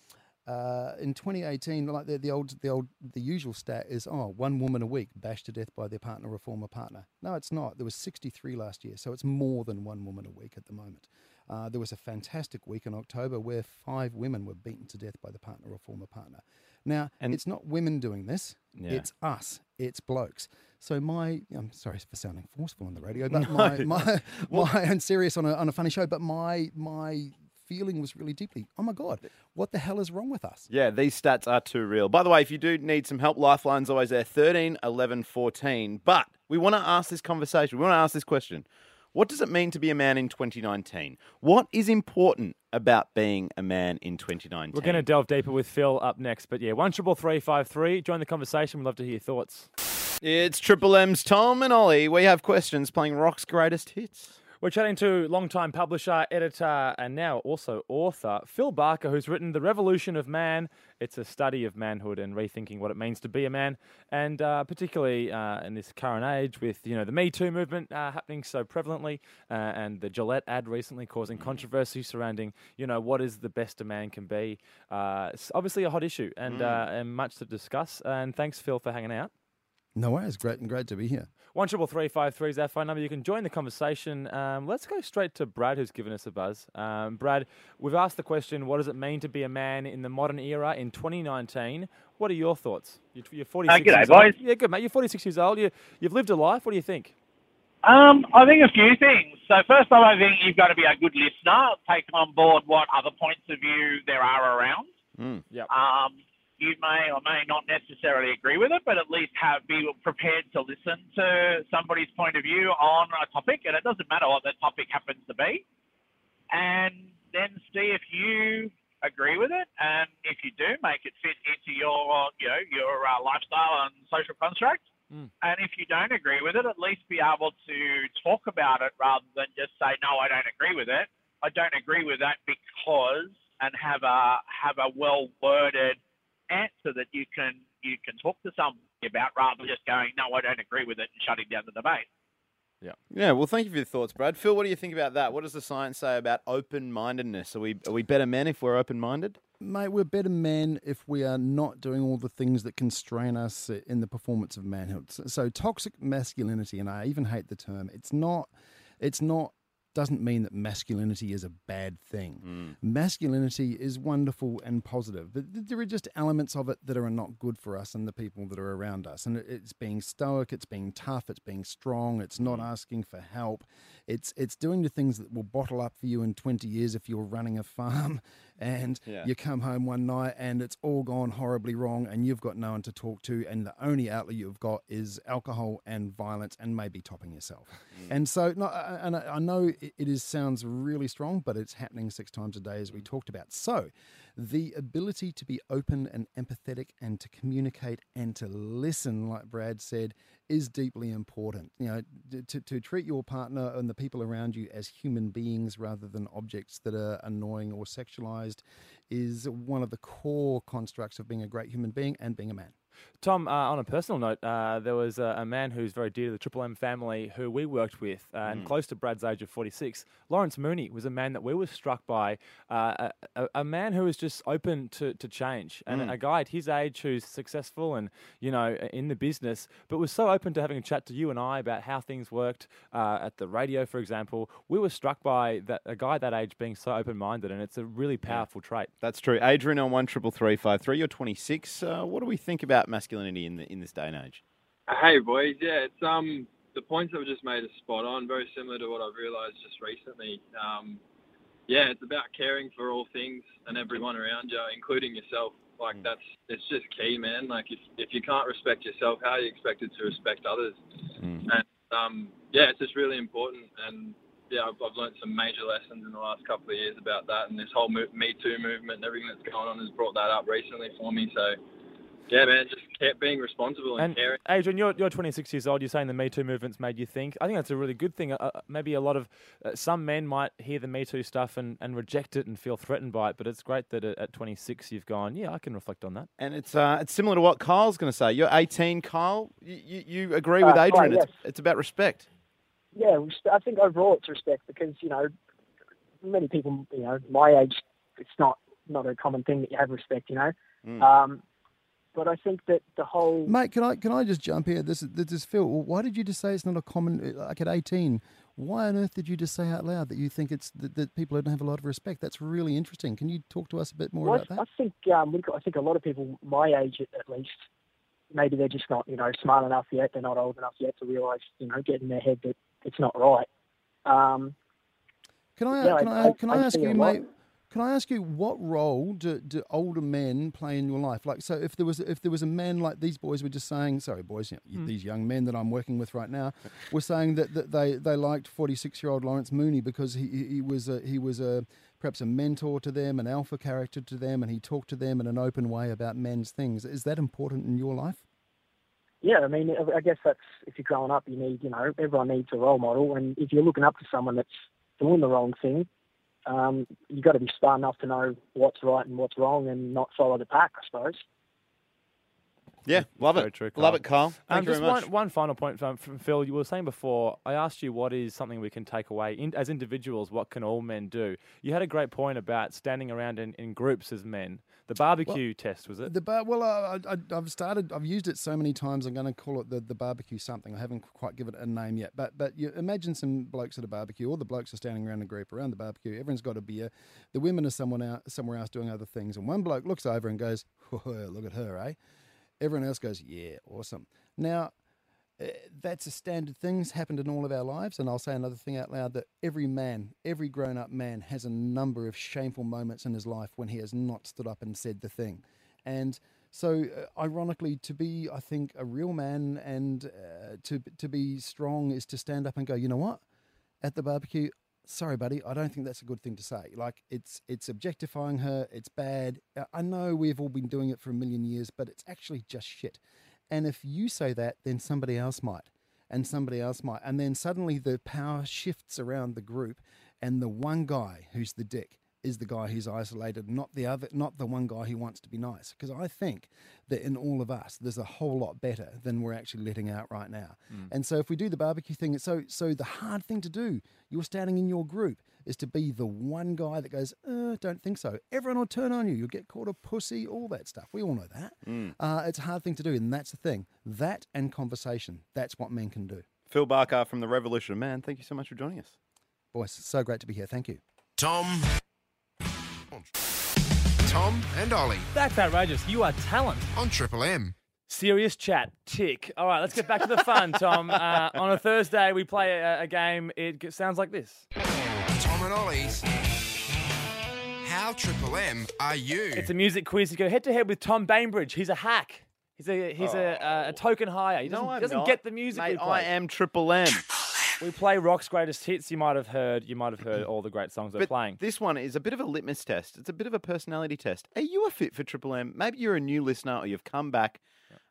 Speaker 17: uh, in 2018, like the, the old, the old, the usual stat is, oh, one woman a week bashed to death by their partner or former partner. No, it's not. There was 63 last year, so it's more than one woman a week at the moment. Uh, there was a fantastic week in October where five women were beaten to death by the partner or former partner. Now, it's not women doing this;
Speaker 18: Yeah.
Speaker 17: it's us, it's blokes. So my, I'm sorry for sounding forceful on the radio, but
Speaker 18: No.
Speaker 17: my, my,
Speaker 18: Well-
Speaker 17: my, and serious on a on a funny show, but my my feeling was really deeply, oh my god, what the hell is wrong with us?
Speaker 4: Yeah, these stats are too real. By the way, if you do need some help, Lifeline's always there 13, 11, 14. But we want to ask this conversation, we want to ask this question. What does it mean to be a man in 2019? What is important about being a man in 2019?
Speaker 6: We're going to delve deeper with Phil up next, but yeah, one triple three five three. Join the conversation. We'd love to hear your thoughts.
Speaker 4: It's Triple M's Tom and Ollie. We have questions playing rock's greatest hits.
Speaker 6: We're chatting to longtime publisher, editor, and now also author Phil Barker, who's written The Revolution of Man. It's a study of manhood and rethinking what it means to be a man, and uh, particularly uh, in this current age with you know the Me Too movement uh, happening so prevalently, uh, and the Gillette ad recently causing
Speaker 4: Mm.
Speaker 6: controversy surrounding you know what is the best a man can be. Uh, it's obviously a hot issue
Speaker 17: Mm.
Speaker 6: and uh, and much to discuss. And thanks, Phil, for hanging out.
Speaker 17: No way, it's great and great to be here.
Speaker 6: One triple three five three is our phone number. You can join the conversation. Um, let's go straight to Brad, who's given us a buzz. Um, Brad, we've asked the question: What does it mean to be a man in the modern era in 2019? What are your thoughts? You're, you're 46
Speaker 13: Uh, g'day,
Speaker 6: years old.
Speaker 13: boys.
Speaker 6: Yeah, good mate. You're 46 years old. You, you've lived a life. What do you think?
Speaker 13: Um, I think a few things. So first off, I think you've got to be a good listener, take on board what other points of view there are around.
Speaker 4: Mm.
Speaker 6: Yep.
Speaker 18: Um, you may or may not necessarily agree with it, but at least have be prepared to listen to somebody's point of view on a topic, and it doesn't matter what that topic happens to be. And then see if you agree with it, and if you do, make it fit into your you know your uh, lifestyle and social construct.
Speaker 6: Mm.
Speaker 18: And if you don't agree with it, at least be able to talk about it rather than just say, "No, I don't agree with it. I don't agree with that because," and have a have a well worded answer that you can you can talk to somebody about rather than just going, "No, I don't agree with it," and shutting down the debate.
Speaker 4: Yeah. Yeah. Well, thank you for your thoughts, Brad. Phil, what do you think about that? What does the science say about open mindedness? Are we are we better men if we're open minded?
Speaker 17: Mate, we're better men if we are not doing all the things that constrain us in the performance of manhood. So, so toxic masculinity, and I even hate the term. It's not. It's not. Doesn't mean that masculinity is a bad thing. Masculinity is wonderful and positive, but th- there are just elements of it that are not good for us and the people that are around us. And it- it's being stoic, it's being tough, it's being strong, it's not asking for help, it's it's doing the things that will bottle up for you in twenty years if you're running a farm, and
Speaker 4: Yeah.
Speaker 17: you come home one night and it's all gone horribly wrong and you've got no one to talk to and the only outlet you've got is alcohol and violence and maybe topping yourself and so no, I- and i I know it it is sounds really strong but it's happening six times a day as we talked about so the ability to be open and empathetic and to communicate and to listen like brad said is deeply important you know d- to, to treat your partner and the people around you as human beings rather than objects that are annoying or sexualized is one of the core constructs of being a great human being and being a man.
Speaker 6: Tom, uh, on a personal note, uh, there was a, a man who's very dear to the Triple M family who we worked with, uh, and
Speaker 4: Mm.
Speaker 6: close to Brad's age of 46. Lawrence Mooney was a man that we were struck by, uh, a, a, a man who is just open to, to change, and
Speaker 4: Mm.
Speaker 6: a guy at his age who's successful and you know in the business, but was so open to having a chat to you and I about how things worked uh, at the radio, for example. We were struck by that a guy that age being so open-minded, and it's a really powerful trait.
Speaker 4: That's true. Adrian on one triple three five three. You're twenty six. Uh, what do we think about masculinity in the, in this day and age?
Speaker 19: Hey boys, yeah, it's um the points that were just made are spot on, very similar to what I've realised just recently. Um, yeah, it's about caring for all things and everyone around you, including yourself. Like that's it's just key, man. Like if if you can't respect yourself, how are you expected to respect others? And um, yeah, it's just really important. And yeah, I've, I've learned some major lessons in the last couple of years about that. And this whole mo- Me Too movement and everything that's going on has brought that up recently for me. So yeah, man, just kept being responsible and,
Speaker 6: And
Speaker 19: caring.
Speaker 6: Adrian, you're, you're 26 years old. You're saying the Me Too movement's made you think. I think that's a really good thing. Uh, Uh, maybe a lot of uh, some men might hear the Me Too stuff and, and reject it and feel threatened by it. But it's great that at, at 26 you've gone, yeah, I can reflect on that.
Speaker 4: And it's uh, it's similar to what Kyle's going to say. You're eighteen, Kyle. You, you, you agree with
Speaker 20: Uh,
Speaker 4: Adrian?
Speaker 20: right,
Speaker 4: it's, it's about respect.
Speaker 20: yeah, res- I think overall it's respect because you know many people you know my age it's not not a common thing that you have respect you know,
Speaker 4: Hmm.
Speaker 20: um, but I think that the whole
Speaker 17: Mate, can I can I just jump here? This is this is Phil. Well, Why did you just say it's not a common uh, like at eighteen? Why on earth did you just say out loud that you think it's that, that people don't have a lot of respect? That's really interesting. Can you talk to us a bit more
Speaker 20: Well,
Speaker 17: about
Speaker 20: I,
Speaker 17: that?
Speaker 20: I think um, we've got, I think a lot of people my age at, at least maybe they're just not you know smart enough yet they're not old enough yet to realise you know get in their head that it's not right. Um,
Speaker 17: Can I,
Speaker 20: yeah,
Speaker 17: can
Speaker 20: I-
Speaker 17: I,
Speaker 20: I-
Speaker 17: can
Speaker 20: I
Speaker 17: I ask
Speaker 20: see a
Speaker 17: you,
Speaker 20: lot.
Speaker 17: mate? Can I ask you what role do, do older men play in your life? Like, so if there was if there was a man like these boys were just saying, sorry, boys, you know,
Speaker 21: Mm.
Speaker 17: these young men that I'm working with right now, were saying that, that they they liked 46 year old Lawrence Mooney because he he he was a, he was a perhaps a mentor to them, an alpha character to them, and he talked to them in an open way about men's things. Is that important in your life?
Speaker 20: Yeah, I mean, I- I guess that's if you're growing up, you need, you know, everyone needs a role model, and if you're looking up to someone that's doing the wrong thing, um, you've got to be smart enough to know what's right and what's wrong, and not follow the pack, I suppose.
Speaker 4: Yeah, love it. Love it, Kyle. Thank
Speaker 6: Um,
Speaker 4: you
Speaker 6: just
Speaker 4: very much.
Speaker 6: One, one final point from, from Phil. You were saying before, I asked you what is something we can take away in, as individuals, what can all men do? You had a great point about standing around in, in groups as men. The barbecue test, was it?
Speaker 17: The bar, well, uh, I, I, I've started. I've used it so many times. I'm going to call it the, the barbecue something. I haven't quite given it a name yet. But but you imagine some blokes at a barbecue. All the blokes are standing around a group around the barbecue. Everyone's got a beer. The women are someone out somewhere else doing other things. And one bloke looks over and goes, "Look at her, eh?" Everyone else goes, "Yeah, awesome." Now uh, that's a standard thing. It's happened in all of our lives. And I'll say another thing out loud that every man, every grown up man, has a number of shameful moments in his life when he has not stood up and said the thing. And so, uh, ironically, to be, I think, a real man and uh, to, to be strong is to stand up and go, you know what? At the barbecue, sorry, buddy, I don't think that's a good thing to say. Like, it's, it's objectifying her, it's bad. Uh, I know we've all been doing it for a million years, but it's actually just shit. And if you say that, then somebody else might, and somebody else might. And then suddenly the power shifts around the group, and the one guy who's the dick is the guy who's isolated, not the other, not the one guy who wants to be nice. Because I think that in all of us, there's a whole lot better than we're actually letting out right now.
Speaker 21: Mm.
Speaker 17: And so if we do the barbecue thing, it's so so the hard thing to do, you're standing in your group, is to be the one guy that goes, uh, don't think so. Everyone will turn on you. You'll get called a pussy, all that stuff. We all know that.
Speaker 4: Hmm.
Speaker 17: Uh, it's a hard thing to do, and that's the thing. That and conversation. That's what men can do.
Speaker 4: Phil Barker from the Revolution of Man. Thank you so much for joining us.
Speaker 17: Boys, it's so great to be here. Thank you.
Speaker 14: Tom. Tom and Ollie.
Speaker 6: That's outrageous. You are talent.
Speaker 14: On Triple M.
Speaker 6: Serious chat, tick. All right, let's get back to the fun, Tom. Uh, on a Thursday, we play a, a game. It g- sounds like this.
Speaker 15: Tom and Ollie's. How Triple M are you?
Speaker 6: It's a music quiz. You go head to head with Tom Bainbridge. He's a hack. He's a he's
Speaker 14: Oh.
Speaker 6: a, uh, a token hire. He doesn't,
Speaker 4: I'm
Speaker 6: doesn't
Speaker 4: not.
Speaker 6: get the music.
Speaker 4: Mate,
Speaker 6: we play.
Speaker 4: I am Triple M.
Speaker 6: We play rock's greatest hits. You might have heard. You might have heard all the great songs they're
Speaker 4: But
Speaker 6: playing.
Speaker 4: this one is a bit of a litmus test. It's a bit of a personality test. Are you a fit for Triple M? Maybe you're a new listener or you've come back.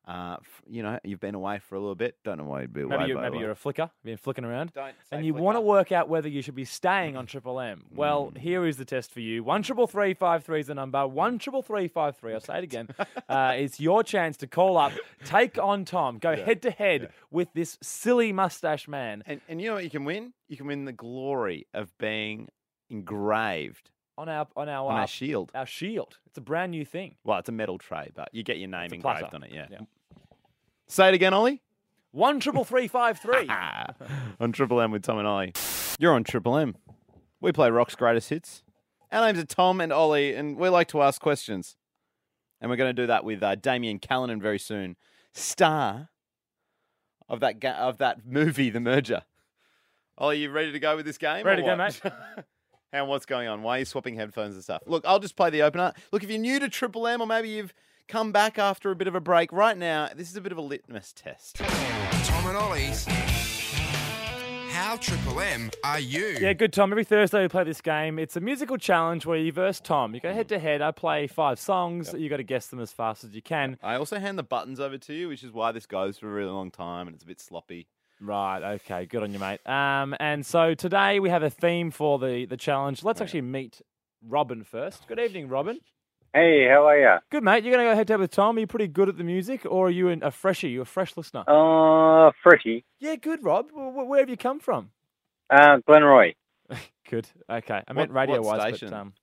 Speaker 4: Uh, f- you know, you've been away for a little bit. Don't know why you'd be away.
Speaker 6: Maybe, you,
Speaker 4: by the
Speaker 6: maybe
Speaker 4: way.
Speaker 6: you're a flicker, you've been flicking around,
Speaker 4: Don't
Speaker 6: and you want to work out whether you should be staying
Speaker 4: Mm-hmm.
Speaker 6: on Triple M. Well,
Speaker 4: Mm.
Speaker 6: here is the test for you. One triple three five three is the number. One triple three five three. I'll say it again. uh, it's your chance to call up, take on Tom, go
Speaker 4: Yeah,
Speaker 6: head to head with this silly mustache man.
Speaker 4: And, and you know what you can win? You can win the glory of being engraved
Speaker 6: on our on our
Speaker 4: on
Speaker 6: uh,
Speaker 4: our shield.
Speaker 6: Our shield. It's a brand new thing.
Speaker 4: Well, it's a metal tray, but you get your name
Speaker 6: a
Speaker 4: engraved
Speaker 6: platter.
Speaker 4: on it. Yeah.
Speaker 6: Yeah.
Speaker 4: Say it again, Ollie.
Speaker 6: One triple three five three.
Speaker 4: on Triple M with Tom and Ollie. You're on Triple M. We play rock's greatest hits. Our names are Tom and Ollie, and we like to ask questions. And we're going to do that with uh, Damien Callanan very soon, star of that ga- of that movie, The Merger. Ollie, you ready to go with this game?
Speaker 6: Ready to
Speaker 4: or
Speaker 6: go,
Speaker 4: what? and what's going on? Why are you swapping headphones and stuff? Look, I'll just play the opener. Look, if you're new to Triple M, or maybe you've come back after a bit of a break, right now this is a bit of a litmus test.
Speaker 15: Tom and Ollie's. How Triple M are you?
Speaker 6: Yeah, good, Tom. Every Thursday we play this game. It's a musical challenge where you verse Tom.
Speaker 4: Mm.
Speaker 6: You go head to head. I play five songs. you got to guess them as fast as you can.
Speaker 4: I also hand the buttons over to you, which is why this goes for a really long time and it's a bit sloppy.
Speaker 6: Right. Okay. Good on you, mate. Um, and so today we have a theme for the the challenge. Let's actually meet Robin first. Good evening, Robin.
Speaker 22: Hey, how are you?
Speaker 6: Good, mate. You're gonna go head to head with Tom. Are you pretty good at the music, or are you an, a freshie? You a fresh listener?
Speaker 22: Uh, Freshie,
Speaker 6: yeah, good, Rob. Wh- wh- Where have you come from?
Speaker 22: uh, Glenroy.
Speaker 6: Good. Okay. I meant
Speaker 22: What-
Speaker 6: radio
Speaker 22: what
Speaker 6: wise,
Speaker 22: station?
Speaker 6: but um,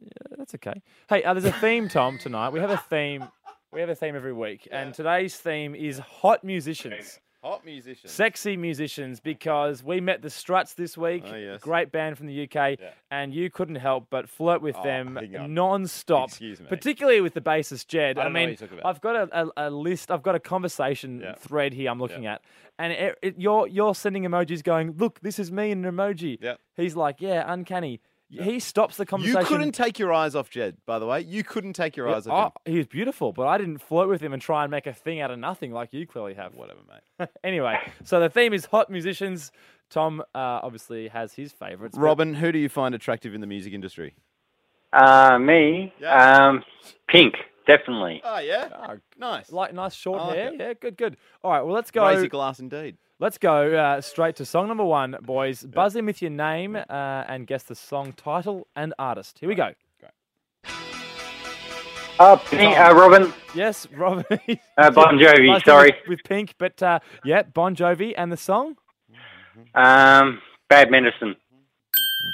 Speaker 6: yeah, that's okay. Hey, uh, there's a theme, Tom, tonight. We have a theme. We have a theme every week, and today's theme is hot musicians.
Speaker 4: Hot musician.
Speaker 6: Sexy musicians, because we met the Struts this week.
Speaker 4: Ah,
Speaker 6: Great band from the UK, and you couldn't help but flirt with
Speaker 4: Oh,
Speaker 6: them
Speaker 4: hang on.
Speaker 6: non-stop,
Speaker 4: Excuse me.
Speaker 6: particularly with the bassist Jed.
Speaker 4: I
Speaker 6: I,
Speaker 4: don't know what
Speaker 6: mean,
Speaker 4: you're talking about.
Speaker 6: I've got a, a, a list. I've got a conversation thread here. I'm looking at, and it, it, you're you're sending emojis, going, "Look, this is me in an emoji." Yeah. He's like, "Yeah, uncanny." He stops the conversation.
Speaker 4: You couldn't take your eyes off Jed, by the way. You couldn't take your
Speaker 6: Yeah,
Speaker 4: eyes off him.
Speaker 6: oh, he was beautiful, but I didn't flirt with him and try and make a thing out of nothing like you clearly have.
Speaker 4: Whatever, mate.
Speaker 6: anyway, so the theme is hot musicians. Tom uh, obviously has his favourites. but-
Speaker 4: Robin, who do you find attractive in the music industry?
Speaker 22: Uh, me, um, Pink, definitely.
Speaker 4: Oh yeah, nice.
Speaker 6: Ah, Like nice short
Speaker 4: I like
Speaker 6: hair.
Speaker 4: it.
Speaker 6: Yeah, good, good. All right, well let's go.
Speaker 4: Raise your glass, indeed.
Speaker 6: Let's go uh, straight to song number one, boys. Buzz in with your name uh, and guess the song title and artist. Here we go.
Speaker 22: Uh, Pink, uh, Robin.
Speaker 6: Yes, Robin.
Speaker 22: Uh, Bon Jovi,
Speaker 6: Buzzed in
Speaker 22: sorry.
Speaker 6: With, with Pink, but uh, yeah, Bon Jovi and the song?
Speaker 22: Um, Bad Medicine.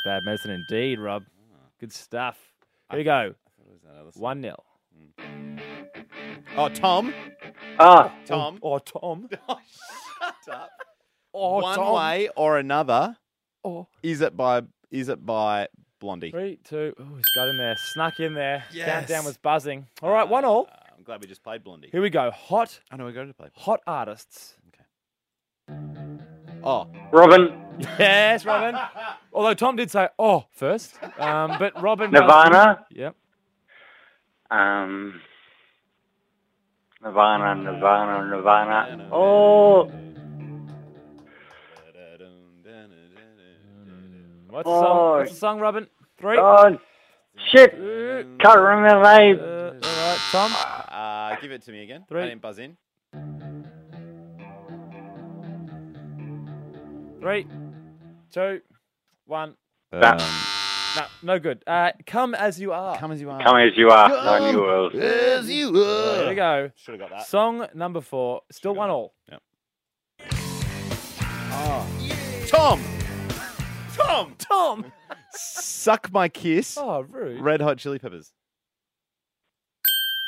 Speaker 6: Bad medicine indeed, Rob.
Speaker 4: Ah.
Speaker 6: Good stuff. Here we go. One nil.
Speaker 4: Hmm. Oh, Tom.
Speaker 22: Ah,
Speaker 4: Tom.
Speaker 6: Oh, Tom.
Speaker 4: Shut up.
Speaker 6: Oh,
Speaker 4: One
Speaker 6: Tom.
Speaker 4: way or another.
Speaker 6: Oh.
Speaker 4: Is it by? Is it by Blondie?
Speaker 6: Three, two. Oh, he's got in there. Snuck in there. Countdown
Speaker 4: Yes. Ah,
Speaker 6: was buzzing. All right, one all.
Speaker 4: I'm glad we just played Blondie.
Speaker 6: Here we go. Hot.
Speaker 4: I know we got to play.
Speaker 6: Hot artists.
Speaker 4: Oh.
Speaker 22: Robin.
Speaker 6: Yes, Robin. Although Tom did say "oh" first, um, but Robin.
Speaker 22: Nirvana?
Speaker 6: Yep.
Speaker 22: Um, Nirvana, Nirvana, Nirvana. Oh,
Speaker 6: What's the song?
Speaker 22: Oh.
Speaker 6: What's the song, Robin? Three.
Speaker 22: Oh, shit. Can't remember the name.
Speaker 6: all right, Tom.
Speaker 4: Uh, give it to me again.
Speaker 6: Three.
Speaker 4: I didn't buzz in.
Speaker 6: Three, two, one.
Speaker 22: That.
Speaker 6: No, no good. Uh, come as you are. Come
Speaker 4: as you are.
Speaker 22: Come As You Are, No New World.
Speaker 4: As you are.
Speaker 6: There we go.
Speaker 4: Should've got that.
Speaker 6: Song number four. Still one all.
Speaker 4: Yep. Tom. Tom.
Speaker 6: Tom.
Speaker 4: Suck my kiss.
Speaker 6: Oh, rude.
Speaker 4: Red Hot Chili Peppers.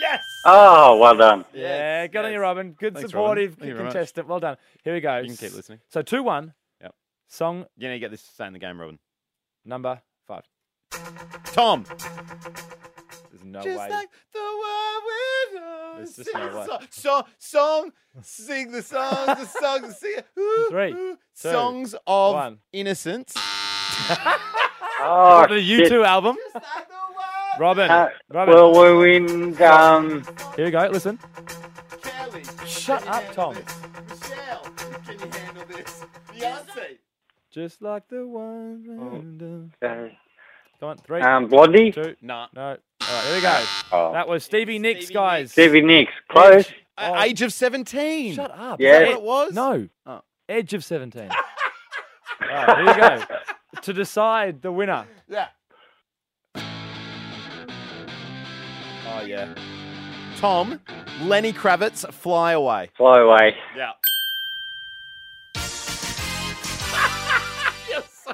Speaker 4: Yes.
Speaker 22: Oh, well done.
Speaker 6: Yeah, good on you, Robin. Good
Speaker 4: Thanks,
Speaker 6: supportive
Speaker 4: Robin. Thank you very much.
Speaker 6: contestant. Well done. Here we go.
Speaker 4: You can keep listening.
Speaker 6: So two one.
Speaker 4: Yep.
Speaker 6: Song
Speaker 4: You need to get this to stay in the game, Robin.
Speaker 6: number five.
Speaker 4: Tom.
Speaker 6: There's no
Speaker 4: Just
Speaker 6: way.
Speaker 4: like the world
Speaker 6: There's just no way.
Speaker 4: So, song, sing the songs, the songs, sing it. Ooh,
Speaker 6: Three,
Speaker 4: ooh.
Speaker 6: two,
Speaker 4: songs of
Speaker 6: one.
Speaker 4: innocence.
Speaker 22: Oh,
Speaker 6: From the U2 album. Robin.
Speaker 22: Uh,
Speaker 6: Robin.
Speaker 22: Will we win? Um,
Speaker 6: Here we go. Listen. Shut up, Tom. Just like the one. round
Speaker 22: of-
Speaker 6: Come on, three.
Speaker 22: Oh. Um, Blondie?
Speaker 6: Two.
Speaker 4: Nah.
Speaker 6: No. All right, here we go.
Speaker 22: Oh.
Speaker 6: That was Stevie Nicks, guys.
Speaker 22: Stevie Nicks, close.
Speaker 4: A- Age of 17.
Speaker 6: Shut up.
Speaker 22: Yeah.
Speaker 6: Is that
Speaker 22: What
Speaker 4: it was?
Speaker 6: No.
Speaker 4: Oh.
Speaker 6: Edge of 17. All right, here we go. to decide the winner.
Speaker 4: Yeah. Oh, yeah. Tom, Lenny Kravitz, Fly Away.
Speaker 22: Fly away.
Speaker 4: Yeah.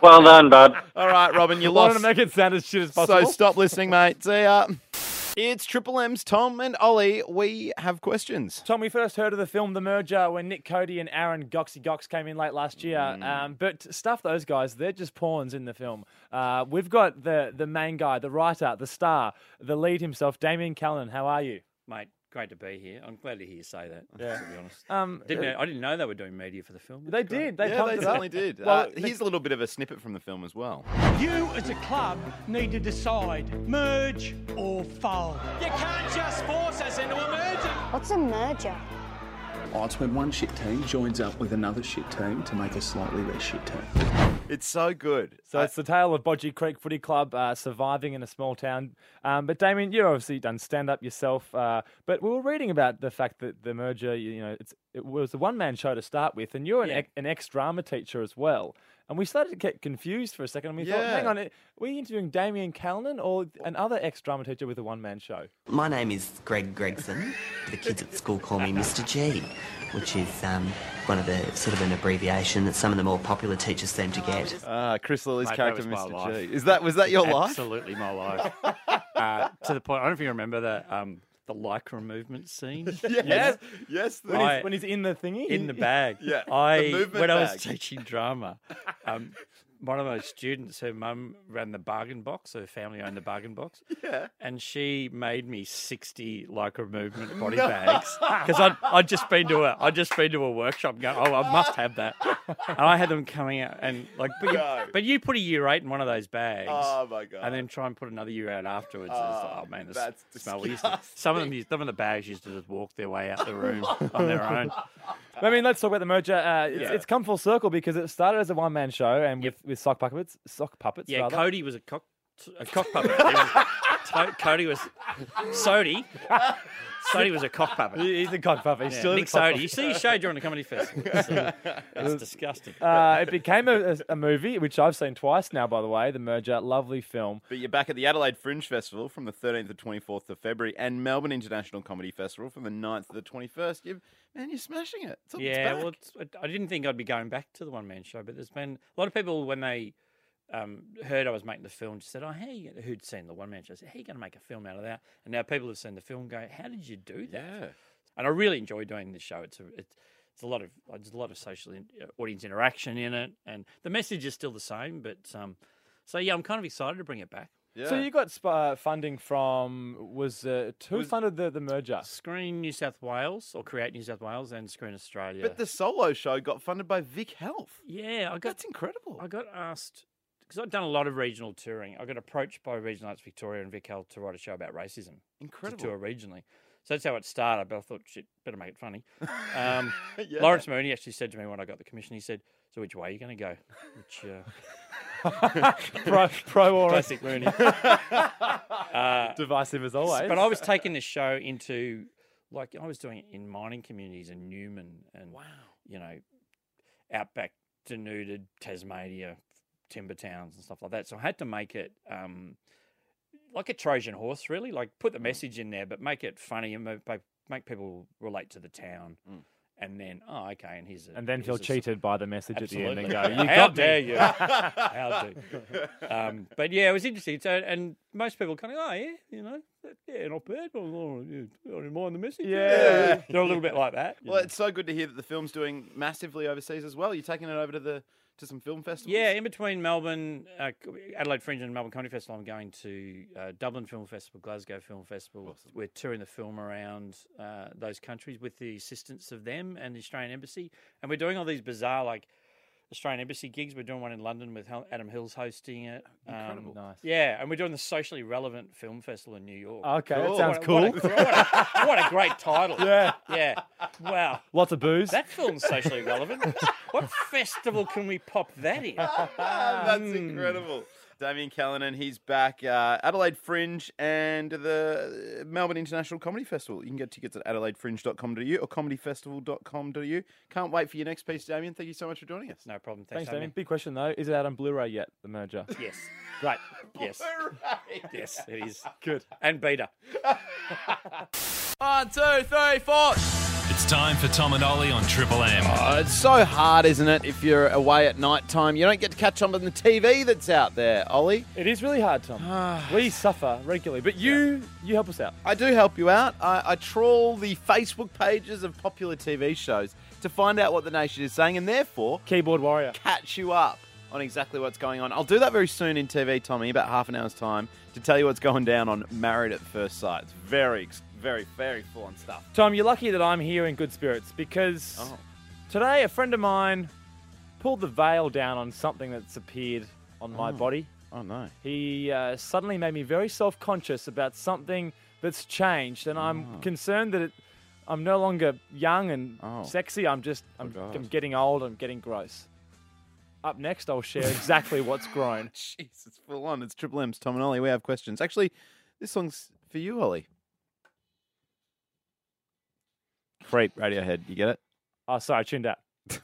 Speaker 22: Well done, bud.
Speaker 4: All right, Robin, you
Speaker 6: I wanted
Speaker 4: lost.
Speaker 6: to make it sound as shit as
Speaker 4: so
Speaker 6: possible.
Speaker 4: stop listening, mate. See ya. It's Triple M's Tom and Ollie. We have questions.
Speaker 6: Tom, we first heard of the film The Merger when Nick Cody and Aaron Goxy Gox came in late last year.
Speaker 4: Mm.
Speaker 6: Um, but stuff those guys, they're just pawns in the film. Uh, we've got the, the main guy, the writer, the star, the lead himself, Damien Callan. How are you?
Speaker 2: Mate, great to be here. I'm glad to hear you say that. To be honest,
Speaker 6: Um,
Speaker 2: didn't know, I didn't know they were doing media for the film.
Speaker 6: They did. They
Speaker 4: yeah,
Speaker 6: pumped
Speaker 4: they
Speaker 6: it
Speaker 4: certainly
Speaker 6: up.
Speaker 4: did.
Speaker 6: Well,
Speaker 4: uh, here's a little bit of a snippet from the film as well.
Speaker 21: You as a club need to decide merge or fold. You can't just force us into a merger.
Speaker 23: What's a merger?
Speaker 24: Oh, it's when one shit team joins up with another shit team to make a slightly less shit team.
Speaker 4: It's so good.
Speaker 6: So it's the tale of Bodgy Creek Footy Club uh, surviving in a small town. Um, but Damien, you've obviously done stand up yourself. Uh, but we were reading about the fact that the merger, you, you know, it's, it was a one man show to start with, and you're an, ex, an ex drama teacher as well. And we started to get confused for a second, and we thought,
Speaker 21: Yeah.
Speaker 6: hang on, are we interviewing Damien Callanan or another ex drama teacher with a one man show?
Speaker 25: My name is Greg Gregson. The kids at school call me Mr. G, which is um, one of the sort of an abbreviation that some of the more popular teachers seem to get.
Speaker 4: Ah, Chris Lilly's
Speaker 2: Mate,
Speaker 4: character,
Speaker 2: that was my
Speaker 4: Mr.
Speaker 2: life.
Speaker 4: G. Is that was that your life?
Speaker 2: Absolutely my life. uh, to the point, I don't know if you remember that um, the lycra movement scene.
Speaker 6: Yes.
Speaker 4: Yes.
Speaker 6: When,
Speaker 2: I-
Speaker 6: he's, when he's in the thingy?
Speaker 2: in the bag.
Speaker 6: Yeah, the
Speaker 2: I
Speaker 6: movement
Speaker 2: when I was
Speaker 6: bag.
Speaker 2: teaching drama, um, one of my students, her mum ran the bargain box. Her family owned the bargain box.
Speaker 4: Yeah.
Speaker 2: and she made me sixty lycra movement body
Speaker 4: No.
Speaker 2: bags because I'd, I'd just been to a I'd just been to a workshop. Going, oh, I must have that, and I had them coming out and like, but you,
Speaker 4: No.
Speaker 2: but you put a year eight in one of those bags.
Speaker 4: Oh, my God.
Speaker 2: And then try and put another year out afterwards. it's
Speaker 4: Oh,
Speaker 2: like, oh man, the
Speaker 4: that's
Speaker 2: s- smell. We used to- some of them, used, some of the bags used to just walk their way out the room on their own.
Speaker 6: I mean, let's talk about the merger. Uh, it's,
Speaker 2: Yeah.
Speaker 6: it's come full circle because it started as a one man show and with, with sock puppets. Sock puppets.
Speaker 2: Yeah,
Speaker 6: rather.
Speaker 2: Cody was a cock, a cock puppet. He was- to- Cody was Sody. Sody was a cock puppet.
Speaker 6: He's a cock puppet. He's still a
Speaker 2: Nick
Speaker 6: cock
Speaker 2: Sody.
Speaker 6: puppet.
Speaker 2: You see his show during the comedy festival. It's, it's disgusting.
Speaker 6: Uh, it became a, a- a movie, which I've seen twice now, by the way. The merger, lovely film.
Speaker 4: But you're back at the Adelaide Fringe Festival from the 13th to 24th of February and Melbourne International Comedy Festival from the 9th to the 21st. You've, man, you're smashing it. It's- it's
Speaker 2: yeah,
Speaker 4: back.
Speaker 2: well, it's, I didn't think I'd be going back to the one man show, but there's been a lot of people when they um, heard I was making the film, just said, "Oh, how you, gonna-" who'd seen the one man show? I said, how you going to make a film out of that?" And now people have seen the film, go, "How did you do that?" And I really enjoy doing this show. It's a it's, it's a lot of there's a lot of social in, uh, audience interaction in it, and the message is still the same. But um, so yeah, I'm kind of excited to bring it back.
Speaker 6: So
Speaker 2: Yeah.
Speaker 6: you got sp- uh, funding from was uh, who funded the, the merger?
Speaker 2: Screen New South Wales or Create New South Wales and Screen Australia.
Speaker 4: But the solo show got funded by Vic Health.
Speaker 2: Yeah, I got,
Speaker 4: that's incredible.
Speaker 2: I got asked because I've done a lot of regional touring. I got approached by Regional Arts Victoria and Vic Health to write a show about racism.
Speaker 4: Incredible.
Speaker 2: To tour regionally. So that's how it started. But I thought, shit, better make it funny. Um,
Speaker 4: Yeah.
Speaker 2: Lawrence Mooney actually said to me when I got the commission, he said, "So which way are you going to go?" Which uh...
Speaker 6: Pro- pro or-
Speaker 2: classic Mooney.
Speaker 6: Divisive as always.
Speaker 2: But I was taking the show into like I was doing it in mining communities in Newman and wow, you know, outback, denuded Tasmania, timber towns and stuff like that. So I had to make it um, like a Trojan horse, really. Like put the message in there, but make it funny and mo- make- make people relate to the town. And then, oh, okay, and here's a,
Speaker 6: And then feel
Speaker 2: here's a s-
Speaker 6: cheated by the message at the end and
Speaker 2: Absolutely.
Speaker 6: go, "You
Speaker 2: How
Speaker 6: got me."
Speaker 2: dare you? How dare you? Um, but yeah, it was interesting. So, and most people kind of, oh yeah, you know, that- yeah, not bad. But oh, yeah, I don't mind the message. they're a little bit like that. you
Speaker 4: Well,
Speaker 2: know.
Speaker 4: it's so good to hear that the film's doing massively overseas as well. You're taking it over to the to some film festivals.
Speaker 2: Yeah, in between Melbourne, uh, Adelaide Fringe and Melbourne Comedy Festival, I'm going to uh, Dublin Film Festival, Glasgow Film Festival. We're touring the film around uh, those countries with the assistance of them and the Australian Embassy. And we're doing all these bizarre, like, Australian Embassy gigs. We're doing one in London with Hel- Adam Hills hosting it. Um,
Speaker 6: Incredible. Nice.
Speaker 2: Yeah, and we're doing the socially relevant film festival in New York.
Speaker 6: Okay, that
Speaker 2: What
Speaker 6: sounds
Speaker 2: a- what a-
Speaker 6: cool.
Speaker 2: What a, what a great title.
Speaker 6: Yeah.
Speaker 2: yeah. Wow.
Speaker 6: Lots of booze.
Speaker 2: That film's socially relevant. what festival can we Hmm. pop that in?
Speaker 6: Ah,
Speaker 4: That's incredible. Damien Callanan, he's back. Uh, Adelaide Fringe and the uh, Melbourne International Comedy Festival. You can get tickets at adelaidefringe.com.au or comedyfestival.com.au. Can't wait for your next piece, Damien. Thank you so much for joining us.
Speaker 2: No problem.
Speaker 6: Thanks, Damien. Big question though: Is it out on Blu-ray yet? The merger?
Speaker 2: Yes.
Speaker 6: Great.
Speaker 2: Yes. Yes, it is.
Speaker 6: Good.
Speaker 2: And beta.
Speaker 1: One, two, three, four. It's time for Tom and Ollie on Triple M.
Speaker 4: Oh, it's so hard, isn't it, if you're away at night time? You don't get to catch up on the TV that's out there, Ollie. Ah.
Speaker 6: It is really hard, Tom. we suffer regularly, but you you help us out.
Speaker 4: I do help you out. I, I trawl the Facebook pages of popular TV shows to find out what the nation is saying and therefore
Speaker 6: Keyboard Warrior.
Speaker 4: Catch you up on exactly what's going on. I'll do that very soon in TV, Tommy, about half an hour's time, to tell you what's going down on Married at First Sight. It's very, ex- very, very full on stuff.
Speaker 6: Tom, you're lucky that I'm here in good spirits because
Speaker 4: Oh.
Speaker 6: today a friend of mine pulled the veil down on something that's appeared on my
Speaker 4: Oh.
Speaker 6: body.
Speaker 4: Oh no.
Speaker 6: He uh, suddenly made me very self conscious about something that's changed, and
Speaker 4: Oh.
Speaker 6: I'm concerned that it, I'm no longer young and
Speaker 4: Oh.
Speaker 6: sexy. I'm just, I'm,
Speaker 4: God.
Speaker 6: I'm getting old, I'm getting gross. Up next, I'll share exactly what's grown.
Speaker 4: Jeez, it's full on. It's Triple M's Tom and Ollie. We have questions. Actually, this song's for you, Ollie. Creep, Radiohead. You get it?
Speaker 6: Oh, sorry, I tuned out.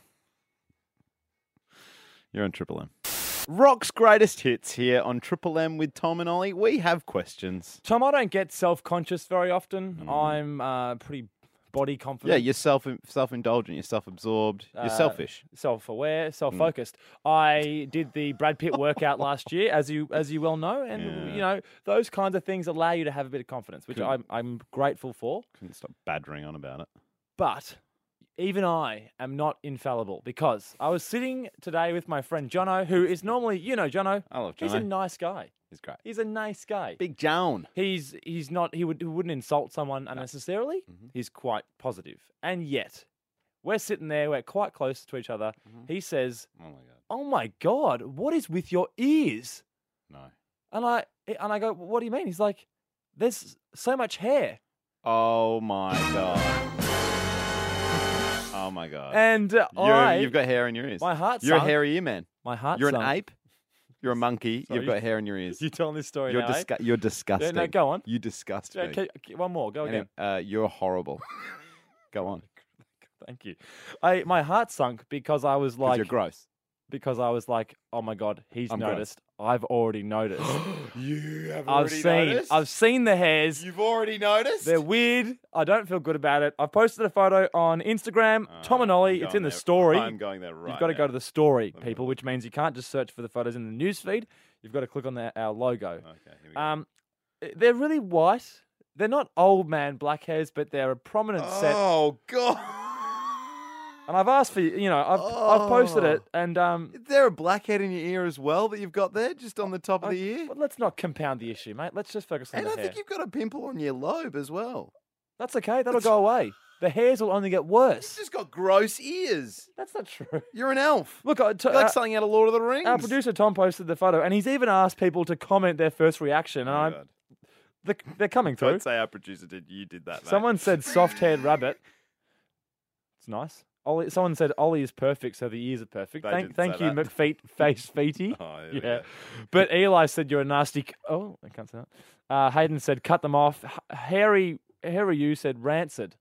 Speaker 4: You're on Triple M. Rock's greatest hits here on Triple M with Tom and Ollie. We have questions.
Speaker 6: Tom, I don't get self conscious very often. I'm uh, pretty body confident.
Speaker 4: Mm. Yeah, you're self self indulgent. You're self absorbed. You're
Speaker 6: uh,
Speaker 4: selfish. Mm.
Speaker 6: self-aware, self-focused. I did the Brad Pitt workout last year, as you as you well know, and
Speaker 4: Yeah.
Speaker 6: you know those kinds of things allow you to have a bit of confidence, which
Speaker 4: Cool.
Speaker 6: I'm, I'm grateful for.
Speaker 4: Couldn't stop badgering on about it.
Speaker 6: But even I am not infallible because I was sitting today with my friend Jono, who is normally, you know, Jono.
Speaker 4: I love
Speaker 6: He's a
Speaker 4: Jono.
Speaker 6: nice guy.
Speaker 4: He's great.
Speaker 6: He's a nice guy.
Speaker 4: Big Joan.
Speaker 6: He's he's not he would he wouldn't insult someone unnecessarily.
Speaker 4: Mm-hmm.
Speaker 6: He's quite positive. And yet, we're sitting there, we're quite close to each other. He says,
Speaker 4: "Oh my god.
Speaker 6: Oh my god, what is with your ears?"
Speaker 4: No.
Speaker 6: And I and I go, "What do you mean?" He's like, "There's so much hair."
Speaker 4: Oh my god. Oh my god.
Speaker 6: And uh,
Speaker 4: You're-
Speaker 6: I-
Speaker 4: you've got hair in your ears.
Speaker 6: My heart
Speaker 4: You're a
Speaker 6: sunk.
Speaker 4: hairy ear man.
Speaker 6: My heart
Speaker 4: You're an
Speaker 6: sunk.
Speaker 4: ape. You're a monkey.
Speaker 6: Sorry.
Speaker 4: You've got hair in your ears.
Speaker 6: You're telling this story
Speaker 4: You're
Speaker 6: now, eh?
Speaker 4: disgu- You're disgusting.
Speaker 6: Yeah, no, go on.
Speaker 4: You disgust
Speaker 6: Yeah,
Speaker 4: me.
Speaker 6: okay, okay, one more. Go
Speaker 4: Anyway,
Speaker 6: again.
Speaker 4: uh, you're horrible. go on.
Speaker 6: Thank you. I my heart sunk because I was like
Speaker 4: you're gross.
Speaker 6: Because I was like, oh my god, he's
Speaker 4: I'm gross.
Speaker 6: noticed. I've already noticed.
Speaker 4: you have
Speaker 6: I've seen. I've seen the hairs.
Speaker 4: You've already noticed.
Speaker 6: They're weird. I don't feel good about it. I've posted a photo on Instagram. Tom and Ollie. It's
Speaker 4: going
Speaker 6: in the
Speaker 4: Oh, there-
Speaker 6: story.
Speaker 4: I'm going there right
Speaker 6: You've got to
Speaker 4: now.
Speaker 6: go to the story, people, which means you can't just search for the photos in the newsfeed. You've got to click on the, our logo. Okay.
Speaker 4: Here we
Speaker 6: go. Um, they're really white. They're not old man black hairs, but they're a prominent set.
Speaker 4: Oh god.
Speaker 6: And I've asked for you know I've I've posted
Speaker 4: Oh.
Speaker 6: it and um.
Speaker 4: Is there a blackhead in your ear as well that you've got there, just on the top of the ear?
Speaker 6: Well, let's not compound the issue, mate. Let's just focus on
Speaker 4: And
Speaker 6: the
Speaker 4: I
Speaker 6: hair.
Speaker 4: think you've got a pimple on your lobe as well.
Speaker 6: That's okay. That'll go away. The hairs will only get worse.
Speaker 4: You've just got gross ears.
Speaker 6: That's not true.
Speaker 4: You're an elf.
Speaker 6: Look, I t-
Speaker 4: You're like
Speaker 6: uh,
Speaker 4: something out of Lord of the Rings.
Speaker 6: Our producer Tom posted the photo, and he's even asked people to comment their first reaction.
Speaker 4: Oh
Speaker 6: And I'm, the, they're coming through.
Speaker 4: Don't say our producer did. You did that. mate.
Speaker 6: Someone said soft-haired rabbit. It's nice. Ollie, someone said Ollie is perfect, so the ears are perfect.
Speaker 4: They
Speaker 6: thank
Speaker 4: didn't say
Speaker 6: thank you,
Speaker 4: that.
Speaker 6: McFeet Face Feety.
Speaker 4: Oh,
Speaker 6: yeah. But Eli said you're a nasty. C- oh, I can't say that. Uh, Hayden said cut them off. H- Harry Harry, you said rancid.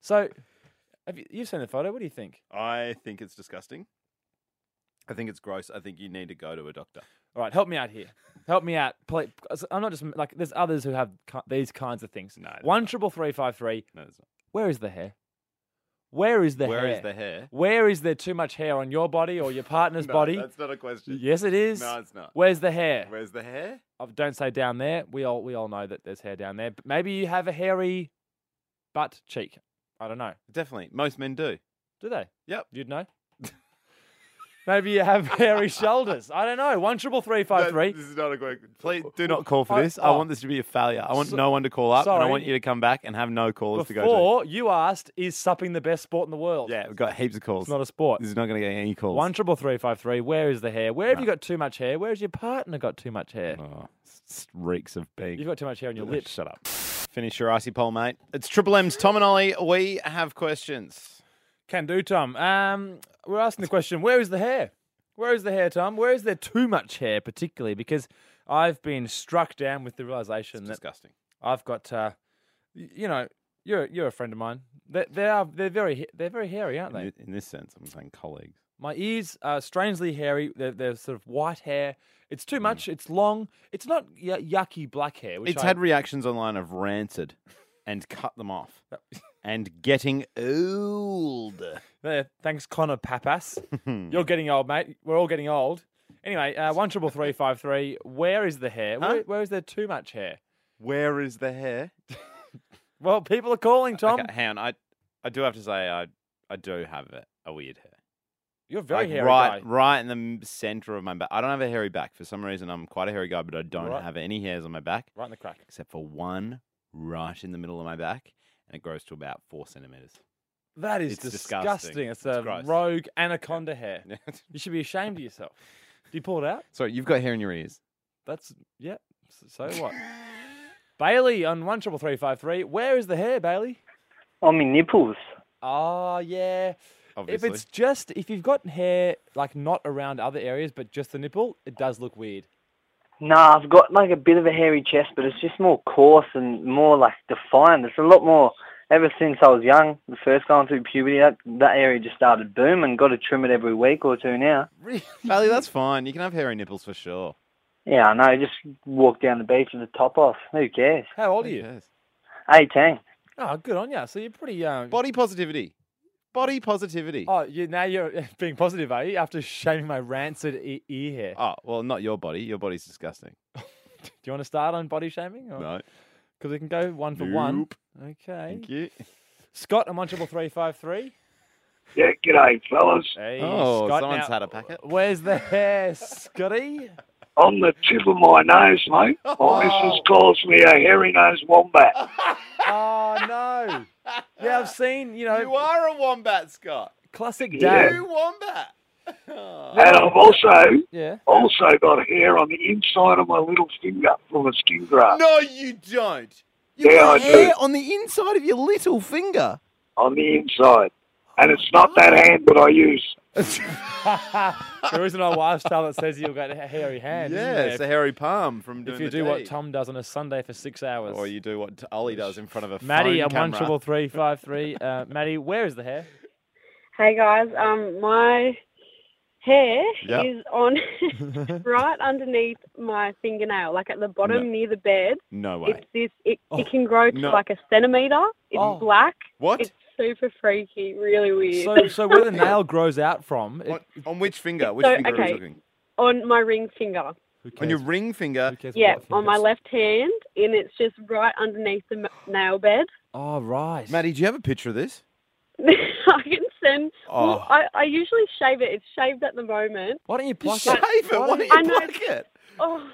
Speaker 6: So, have you, you've seen the photo. What do you think?
Speaker 4: I think it's disgusting. I think it's gross. I think you need to go to a doctor.
Speaker 6: All right, help me out here. Help me out. Play, I'm not just like there's others who have ki- these kinds of things. No, one triple three five three.
Speaker 4: No, it's not.
Speaker 6: Where is the hair? Where is the
Speaker 4: Where
Speaker 6: hair?
Speaker 4: is the hair?
Speaker 6: Where is there too much hair on your body or your partner's
Speaker 4: No,
Speaker 6: body?
Speaker 4: that's not a question.
Speaker 6: Yes, it is.
Speaker 4: No, it's not.
Speaker 6: Where's the hair?
Speaker 4: Where's the hair?
Speaker 6: Oh, don't say down there. We all we all know that there's hair down there. But maybe you have a hairy butt cheek. I don't know.
Speaker 4: Definitely, most men do.
Speaker 6: Do they?
Speaker 4: Yep.
Speaker 6: You'd know. Maybe you have hairy shoulders. I don't know. One triple three five three.
Speaker 4: This is not a quick. Please do not call for
Speaker 6: I-
Speaker 4: this. I
Speaker 6: oh.
Speaker 4: want this to be a failure. I want
Speaker 6: So-
Speaker 4: no one to call up, and I
Speaker 6: sorry.
Speaker 4: want you to come back and have no callers to go
Speaker 6: Before you asked, is supping the best sport in the world?
Speaker 4: to. Yeah, we've got heaps of calls. It's
Speaker 6: not a sport.
Speaker 4: This is not going to get any calls.
Speaker 6: One triple three five three. Where is the hair? Where have you got too much hair? Where has your partner got too much hair?
Speaker 4: Just Oh, reeks of being.
Speaker 6: You've got too much hair on your lips.
Speaker 4: Shut up. Finish your icy poll, mate. It's Triple M's Tom and Ollie. We have questions.
Speaker 6: Can do, Tom. Um, we're asking the question: Where is the hair? Where is the hair, Tom? Where is there too much hair, particularly because I've been struck down with the realization that
Speaker 4: disgusting.
Speaker 6: I've got, uh, y- you know, you're you're a friend of mine. They, they are they're very ha- they're very hairy, aren't
Speaker 4: In,
Speaker 6: they?
Speaker 4: thi- in this sense, I'm saying colleagues.
Speaker 6: My ears are strangely hairy. They're, they're sort of white hair. It's too much. It's long. It's not y- yucky black hair. Which
Speaker 4: Hmm. it's
Speaker 6: I-
Speaker 4: had reactions online of rancid and cut them off and getting old.
Speaker 6: There, thanks, Connor Papas.
Speaker 4: Hmm.
Speaker 6: You're getting old, mate. We're all getting old. Anyway, uh, one triple three five three. Where is the hair? Where, where is there too much hair?
Speaker 4: Where is the hair?
Speaker 6: Well, people are calling, Tom.
Speaker 4: Okay, hang on. I, I do have to say, I, I do have a, a weird hair.
Speaker 6: You're a very
Speaker 4: Like,
Speaker 6: hairy
Speaker 4: right,
Speaker 6: guy.
Speaker 4: right in the m- center of my back. I don't have a hairy back for some reason. I'm quite a hairy guy, but I don't
Speaker 6: Right.
Speaker 4: have any hairs on my back.
Speaker 6: Right in the crack.
Speaker 4: except for one right in the middle of my back, and it grows to about four centimeters.
Speaker 6: That is
Speaker 4: It's
Speaker 6: disgusting.
Speaker 4: disgusting.
Speaker 6: It's,
Speaker 4: It's
Speaker 6: a
Speaker 4: gross.
Speaker 6: rogue anaconda hair. you should be ashamed of yourself. Do you pull it out?
Speaker 4: Sorry, you've got hair in your ears.
Speaker 6: That's yeah. s- So what? Bailey on one triple three five three. Where is the hair, Bailey?
Speaker 16: On my nipples.
Speaker 6: Oh, yeah.
Speaker 16: Obviously.
Speaker 6: If it's just if you've got hair like not around other areas but just the nipple, it does look weird.
Speaker 16: Nah, I've got like a bit of a hairy chest, but it's just more coarse and more like defined. It's a lot more. Ever since I was young, the first going through puberty, that that area just started booming. Got to trim it every week or two now.
Speaker 4: Bailey, that's fine. You can have hairy nipples for sure.
Speaker 16: Yeah, I know. Just walk down the beach with the top off. Who cares?
Speaker 6: How old are you?
Speaker 16: Eighteen.
Speaker 6: Oh, good on you. So you're pretty young.
Speaker 4: Body positivity. Body positivity.
Speaker 6: Oh, you now you're being positive, are you? After shaming my rancid e- ear hair.
Speaker 4: Oh, well, not your body. Your body's disgusting.
Speaker 6: Do you want to start on body shaming? Or?
Speaker 4: No.
Speaker 6: Because we can go one for one.
Speaker 4: Nope.
Speaker 6: Okay.
Speaker 4: Thank you.
Speaker 6: Scott, I'm on triple three five three.
Speaker 3: Yeah, g'day, fellas.
Speaker 6: Hey,
Speaker 4: Oh,
Speaker 6: Scott,
Speaker 4: someone's
Speaker 6: now-
Speaker 4: had a packet.
Speaker 6: Where's the hair, Scotty?
Speaker 3: On the tip of my nose, mate. My missus calls me a hairy nosed wombat.
Speaker 6: Oh no! Yeah, I've seen. You know,
Speaker 4: You are a wombat, Scott.
Speaker 6: classic
Speaker 3: Yeah.
Speaker 6: dad.
Speaker 4: You wombat.
Speaker 3: And I've also
Speaker 6: Yeah.
Speaker 3: also got hair on the inside of my little finger from a skin graft.
Speaker 4: No, you don't. You
Speaker 3: Yeah,
Speaker 4: got
Speaker 3: I do.
Speaker 4: hair on the inside of your little finger.
Speaker 3: On the inside. And it's not that hand that I use.
Speaker 6: there is an old wives' tale that says you've got a hairy hand. isn't
Speaker 4: Yeah,
Speaker 6: there?
Speaker 4: it's a hairy palm from doing
Speaker 6: If you
Speaker 4: the
Speaker 6: do what
Speaker 4: deed.
Speaker 6: Tom does on a Sunday for six hours.
Speaker 4: Or you do what Ollie does in front of a
Speaker 6: Maddie,
Speaker 4: phone
Speaker 6: at one
Speaker 4: camera.
Speaker 6: triple three five three. Uh, Maddie, where is the hair?
Speaker 7: Hey guys, um, my hair
Speaker 6: Yeah.
Speaker 7: is on right underneath my fingernail, like at the bottom
Speaker 4: No.
Speaker 7: near the bed.
Speaker 4: No way.
Speaker 7: It's this. It, it can grow to
Speaker 4: no.
Speaker 7: like a centimeter. It's
Speaker 6: Oh.
Speaker 7: black.
Speaker 4: What?
Speaker 7: It's super freaky. Really weird.
Speaker 6: So, so where the nail grows out from? It,
Speaker 4: on which finger?
Speaker 7: Which So, finger are we okay. talking? on my ring finger.
Speaker 4: On your ring finger.
Speaker 7: Yeah, on my left hand, and it's just right underneath the m- nail bed.
Speaker 6: Oh, right.
Speaker 4: Maddie, do you have a picture of this?
Speaker 7: I can listen. Well,
Speaker 4: Oh.
Speaker 7: I, I usually shave it. It's shaved at the moment.
Speaker 6: Why don't you
Speaker 4: pluck it? Shave it? Why don't you
Speaker 7: I know.
Speaker 4: pluck it?
Speaker 7: Oh.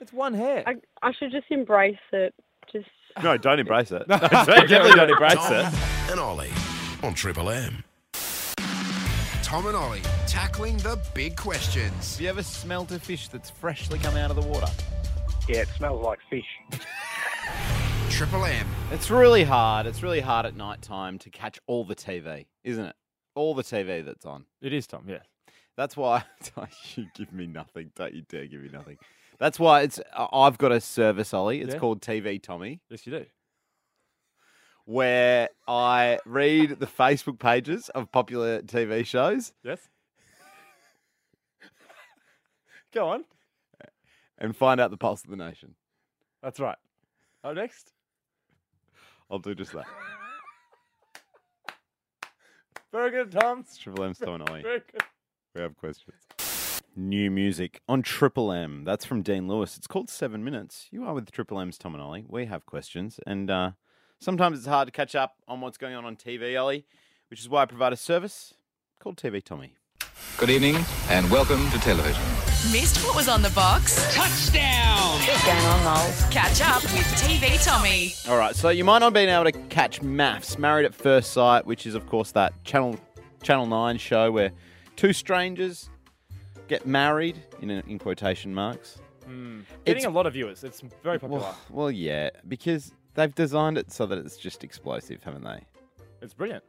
Speaker 6: It's one hair.
Speaker 7: I, I should just embrace it. Just
Speaker 4: No, don't embrace it. No, definitely don't embrace
Speaker 14: Tom
Speaker 4: it.
Speaker 14: and Ollie on Triple M.
Speaker 15: Tom and Ollie tackling the big questions.
Speaker 4: Have you ever smelt a fish that's freshly come out of the water?
Speaker 11: Yeah, it smells like fish.
Speaker 15: Triple M.
Speaker 4: It's really hard. It's really hard at night time to catch all the TV, isn't it? All the TV that's on.
Speaker 6: It is, Tom, yeah.
Speaker 4: That's why you give me nothing. Don't you dare give me nothing. That's why it's I- I've got a service, Ollie. It's
Speaker 6: Yeah.
Speaker 4: called TV Tommy,
Speaker 6: Yes, you do.
Speaker 4: where I read the Facebook pages of popular TV shows
Speaker 6: Yes. Go on.
Speaker 4: and find out the pulse of the nation.
Speaker 6: That's right. Oh, next.
Speaker 4: I'll do just that.
Speaker 6: Very good, Tom.
Speaker 4: It's Triple M's Tom and Ollie.
Speaker 6: Very good.
Speaker 4: We have questions. New music on Triple M. That's from Dean Lewis. It's called Seven Minutes. You are with Triple M's Tom and Ollie. We have questions, and uh, sometimes it's hard to catch up on what's going on on TV, Ollie, which is why I provide a service called TV Tommy.
Speaker 8: Good evening and welcome to television.
Speaker 9: Missed what was on the box? Touchdown! What's going on, Noel? Catch up with TV Tommy.
Speaker 4: All right, so you might not have been able to catch Maths, Married at First Sight, which is, of course, that Channel Channel 9 show where two strangers get married, in, in quotation marks.
Speaker 6: Mm.
Speaker 4: It's-
Speaker 6: Getting a lot of viewers. It's very popular.
Speaker 4: Well, well, yeah, because they've designed it so that it's just explosive, haven't they?
Speaker 6: It's brilliant.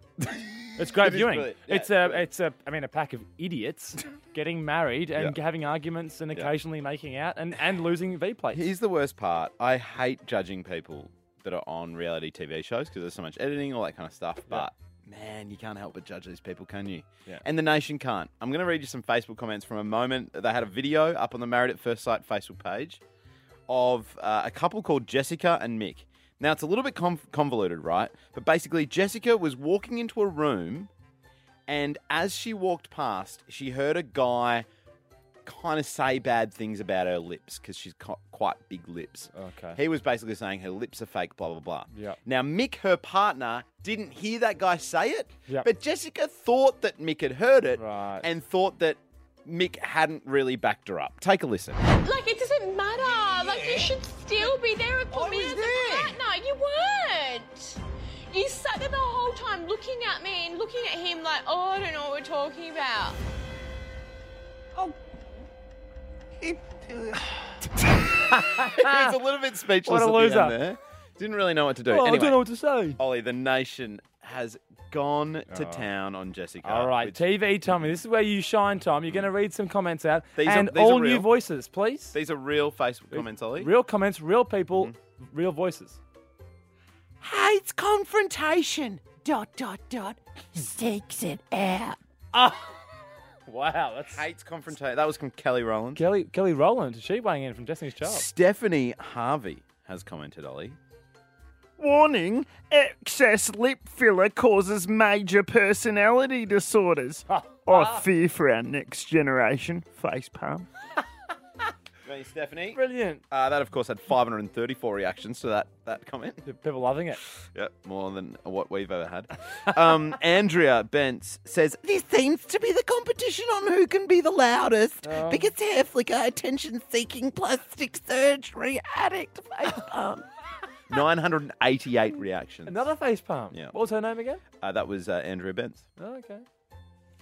Speaker 6: It's great
Speaker 4: It is
Speaker 6: viewing.
Speaker 4: brilliant. Yeah,
Speaker 6: it's a, it's a, I mean, a pack of idiots getting married and
Speaker 4: Yeah.
Speaker 6: having arguments and
Speaker 4: Yeah.
Speaker 6: occasionally making out and, and losing V plates.
Speaker 4: Here's the worst part. I hate judging people that are on reality TV shows because there's so much editing, all that kind of stuff. But man, you can't help but judge these people, can you?
Speaker 6: Yeah.
Speaker 4: And the nation can't. I'm going to read you some Facebook comments from a moment. They had a video up on the Married at First Sight Facebook page of uh, a couple called Jessica and Mick. Now, it's a little bit conv- convoluted, right? But basically, Jessica was walking into a room, and as she walked past, she heard a guy kind of say bad things about her lips because she's co- quite big lips.
Speaker 6: Okay.
Speaker 4: He was basically saying her lips are fake, blah, blah, blah.
Speaker 6: Yeah.
Speaker 4: Now, Mick, her partner, didn't hear that guy say it,
Speaker 6: Yeah.
Speaker 4: but Jessica thought that Mick had heard it
Speaker 6: right.
Speaker 4: and thought that Mick hadn't really backed her up. Take a listen.
Speaker 10: Like it doesn't matter. Like you should still be there and put me as a partner. You weren't. You sat there the whole time looking at me and looking at him like, oh, I don't know what we're talking about. Oh.
Speaker 4: He was a little bit speechless.
Speaker 6: What a
Speaker 4: at the end
Speaker 6: loser.
Speaker 4: there. Didn't really know what to do.
Speaker 6: Oh, I
Speaker 4: Anyway,
Speaker 6: don't know what to say.
Speaker 4: Ollie, the nation has gone to
Speaker 6: Oh.
Speaker 4: town on Jessica.
Speaker 6: All right, TV Tommy, this is where you shine, Tom. You're going to read some comments out
Speaker 4: Hmm. These are-
Speaker 6: and
Speaker 4: these are
Speaker 6: all new
Speaker 4: real.
Speaker 6: voices, please.
Speaker 4: These are Mm-hmm. real Facebook comments, Ollie.
Speaker 6: Real comments, real people, real voices.
Speaker 12: Hates confrontation. Dot dot dot. Seeks it out.
Speaker 6: Wow, that's
Speaker 4: hates confrontation. That was from Kelly Rowland.
Speaker 6: Kelly Kelly Rowland, she weighing in from Destiny's Child.
Speaker 4: Stephanie Harvey has commented, Ollie.
Speaker 23: Warning excess lip filler causes major personality disorders. I fear for our next generation. Face palm.
Speaker 4: Thanks, Stephanie.
Speaker 6: Brilliant.
Speaker 4: Uh, that, of course, had 534 reactions to that, that comment.
Speaker 6: People loving it.
Speaker 4: Yep, more than what we've ever had. Um, Andrea Bentz says, This seems to be the competition on who can be the loudest.
Speaker 12: Oh.
Speaker 4: Biggest hair flicker, attention seeking plastic surgery addict. 988 reactions.
Speaker 6: Another face palm.
Speaker 4: Yeah.
Speaker 6: What was her name again?
Speaker 4: Uh, that was uh, Andrea Bentz.
Speaker 6: Oh, okay.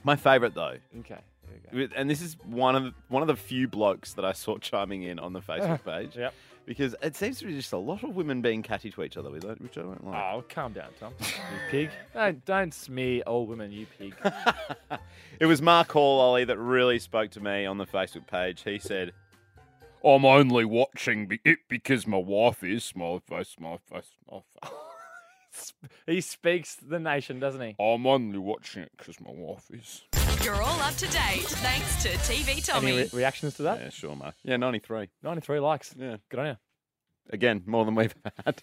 Speaker 4: My favourite, though.
Speaker 6: Okay. There we
Speaker 4: With- and this is one of the, one of the few blokes that I saw chiming in on the Facebook page.
Speaker 6: Yep.
Speaker 4: Because it seems to be just a lot of women being catty to each other, with it, which I don't like.
Speaker 6: Oh, calm down, Tom. You pig. Don't, don't smear all women, you pig.
Speaker 4: It was Mark Hall, Ollie, that really spoke to me on the Facebook page. He said, "I'm only watching be- it because my wife is small face, small face, small face.
Speaker 6: he speaks the nation, doesn't he?
Speaker 4: I'm only watching it because my wife is."
Speaker 9: You're all up to date thanks to TV Tommy.
Speaker 6: Any re- reactions to that?
Speaker 4: Yeah, sure, Mark. Yeah, ninety-three.
Speaker 6: 93 likes.
Speaker 4: Yeah.
Speaker 6: Good on you.
Speaker 4: Again, more than we've had.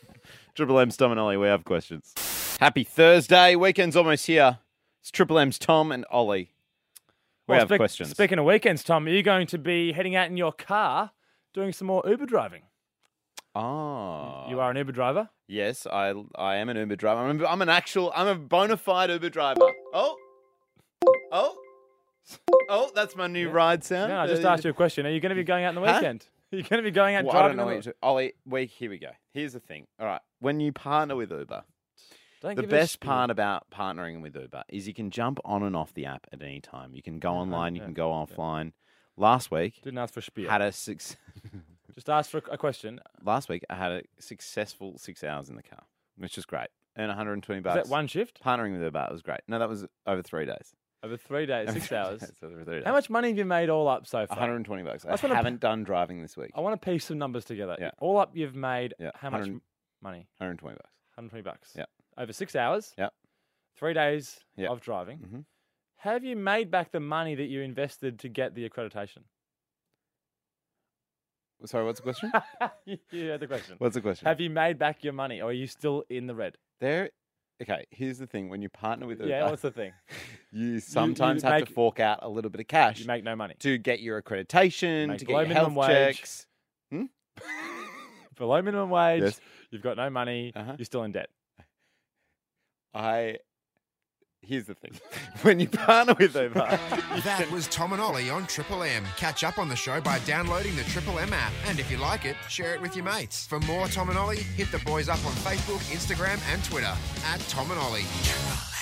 Speaker 4: Triple M's Tom and Ollie, we have questions. Happy Thursday. Weekend's almost here. It's Triple M's Tom and Ollie. We
Speaker 6: Well,
Speaker 4: have
Speaker 6: spec-
Speaker 4: questions.
Speaker 6: Speaking of weekends, Tom, are you going to be heading out in your car doing some more Uber driving?
Speaker 4: Ah.
Speaker 6: You are an Uber driver?
Speaker 4: Yes, I I am an Uber driver. I'm, I'm an actual, I'm a bona fide Uber driver. Oh, Oh, that's my new ride sound. Uh,
Speaker 6: No, I just asked you a question. Are you going to be going out on the
Speaker 4: Huh?
Speaker 6: weekend? Are you going to be going out
Speaker 4: Well, I
Speaker 6: driving?
Speaker 4: don't
Speaker 6: on
Speaker 4: know.
Speaker 6: the-
Speaker 4: What you Ollie, we, here we go. Here's the thing. All right. When you partner with Uber,
Speaker 6: Don't
Speaker 4: the
Speaker 6: give it a
Speaker 4: best
Speaker 6: spin.
Speaker 4: part about partnering with Uber is you can jump on and off the app at any time. You can go online, you can go offline. Last week,
Speaker 6: Uh-huh. didn't ask for spiel.
Speaker 4: Had a six.
Speaker 6: Just ask for a question.
Speaker 4: last week, I had a successful six hours in the car, which is great. Earned 120
Speaker 6: that
Speaker 4: bucks.
Speaker 6: one shift?
Speaker 4: Partnering with Uber it was great. No, that was over three days.
Speaker 6: Over three days, six hours.
Speaker 4: That's over three days.
Speaker 6: How much money have you made all up so far?
Speaker 4: 120 bucks. I,
Speaker 6: just wanna-
Speaker 4: haven't done driving this week.
Speaker 6: I want to piece some numbers together. All up, you've made how much
Speaker 4: 100
Speaker 6: money?
Speaker 4: 120 bucks.
Speaker 6: 120 bucks.
Speaker 4: Yeah.
Speaker 6: Over six hours.
Speaker 4: Yeah.
Speaker 6: Three days
Speaker 4: Yeah. Mm-hmm.
Speaker 6: of driving. Have you made back the money that you invested to get the accreditation?
Speaker 4: Sorry, what's the question?
Speaker 6: you had the question.
Speaker 4: What's the question?
Speaker 6: Have you made back your money, or are you still in the red?
Speaker 4: There. Okay, here's the thing. When you partner with Uber,
Speaker 6: Yeah, what's the thing?
Speaker 4: you sometimes
Speaker 6: you
Speaker 4: have to
Speaker 6: make-
Speaker 4: fork out a little bit of cash. You
Speaker 6: make no money
Speaker 4: to get your accreditation,
Speaker 6: Make
Speaker 4: to
Speaker 6: below
Speaker 4: get your
Speaker 6: minimum
Speaker 4: health
Speaker 6: wage.
Speaker 4: checks. Hmm?
Speaker 6: Below minimum wage, you've got no money, you're still in debt.
Speaker 4: Uh-huh. I. Here's the thing. when you partner with Uber,
Speaker 15: That was Tom and Ollie on Triple M. Catch up on the show by downloading the Triple M app. And if you like it, share it with your mates. For more Tom and Ollie, hit the boys up on Facebook, Instagram, and Twitter at Tom and Ollie. Triple M.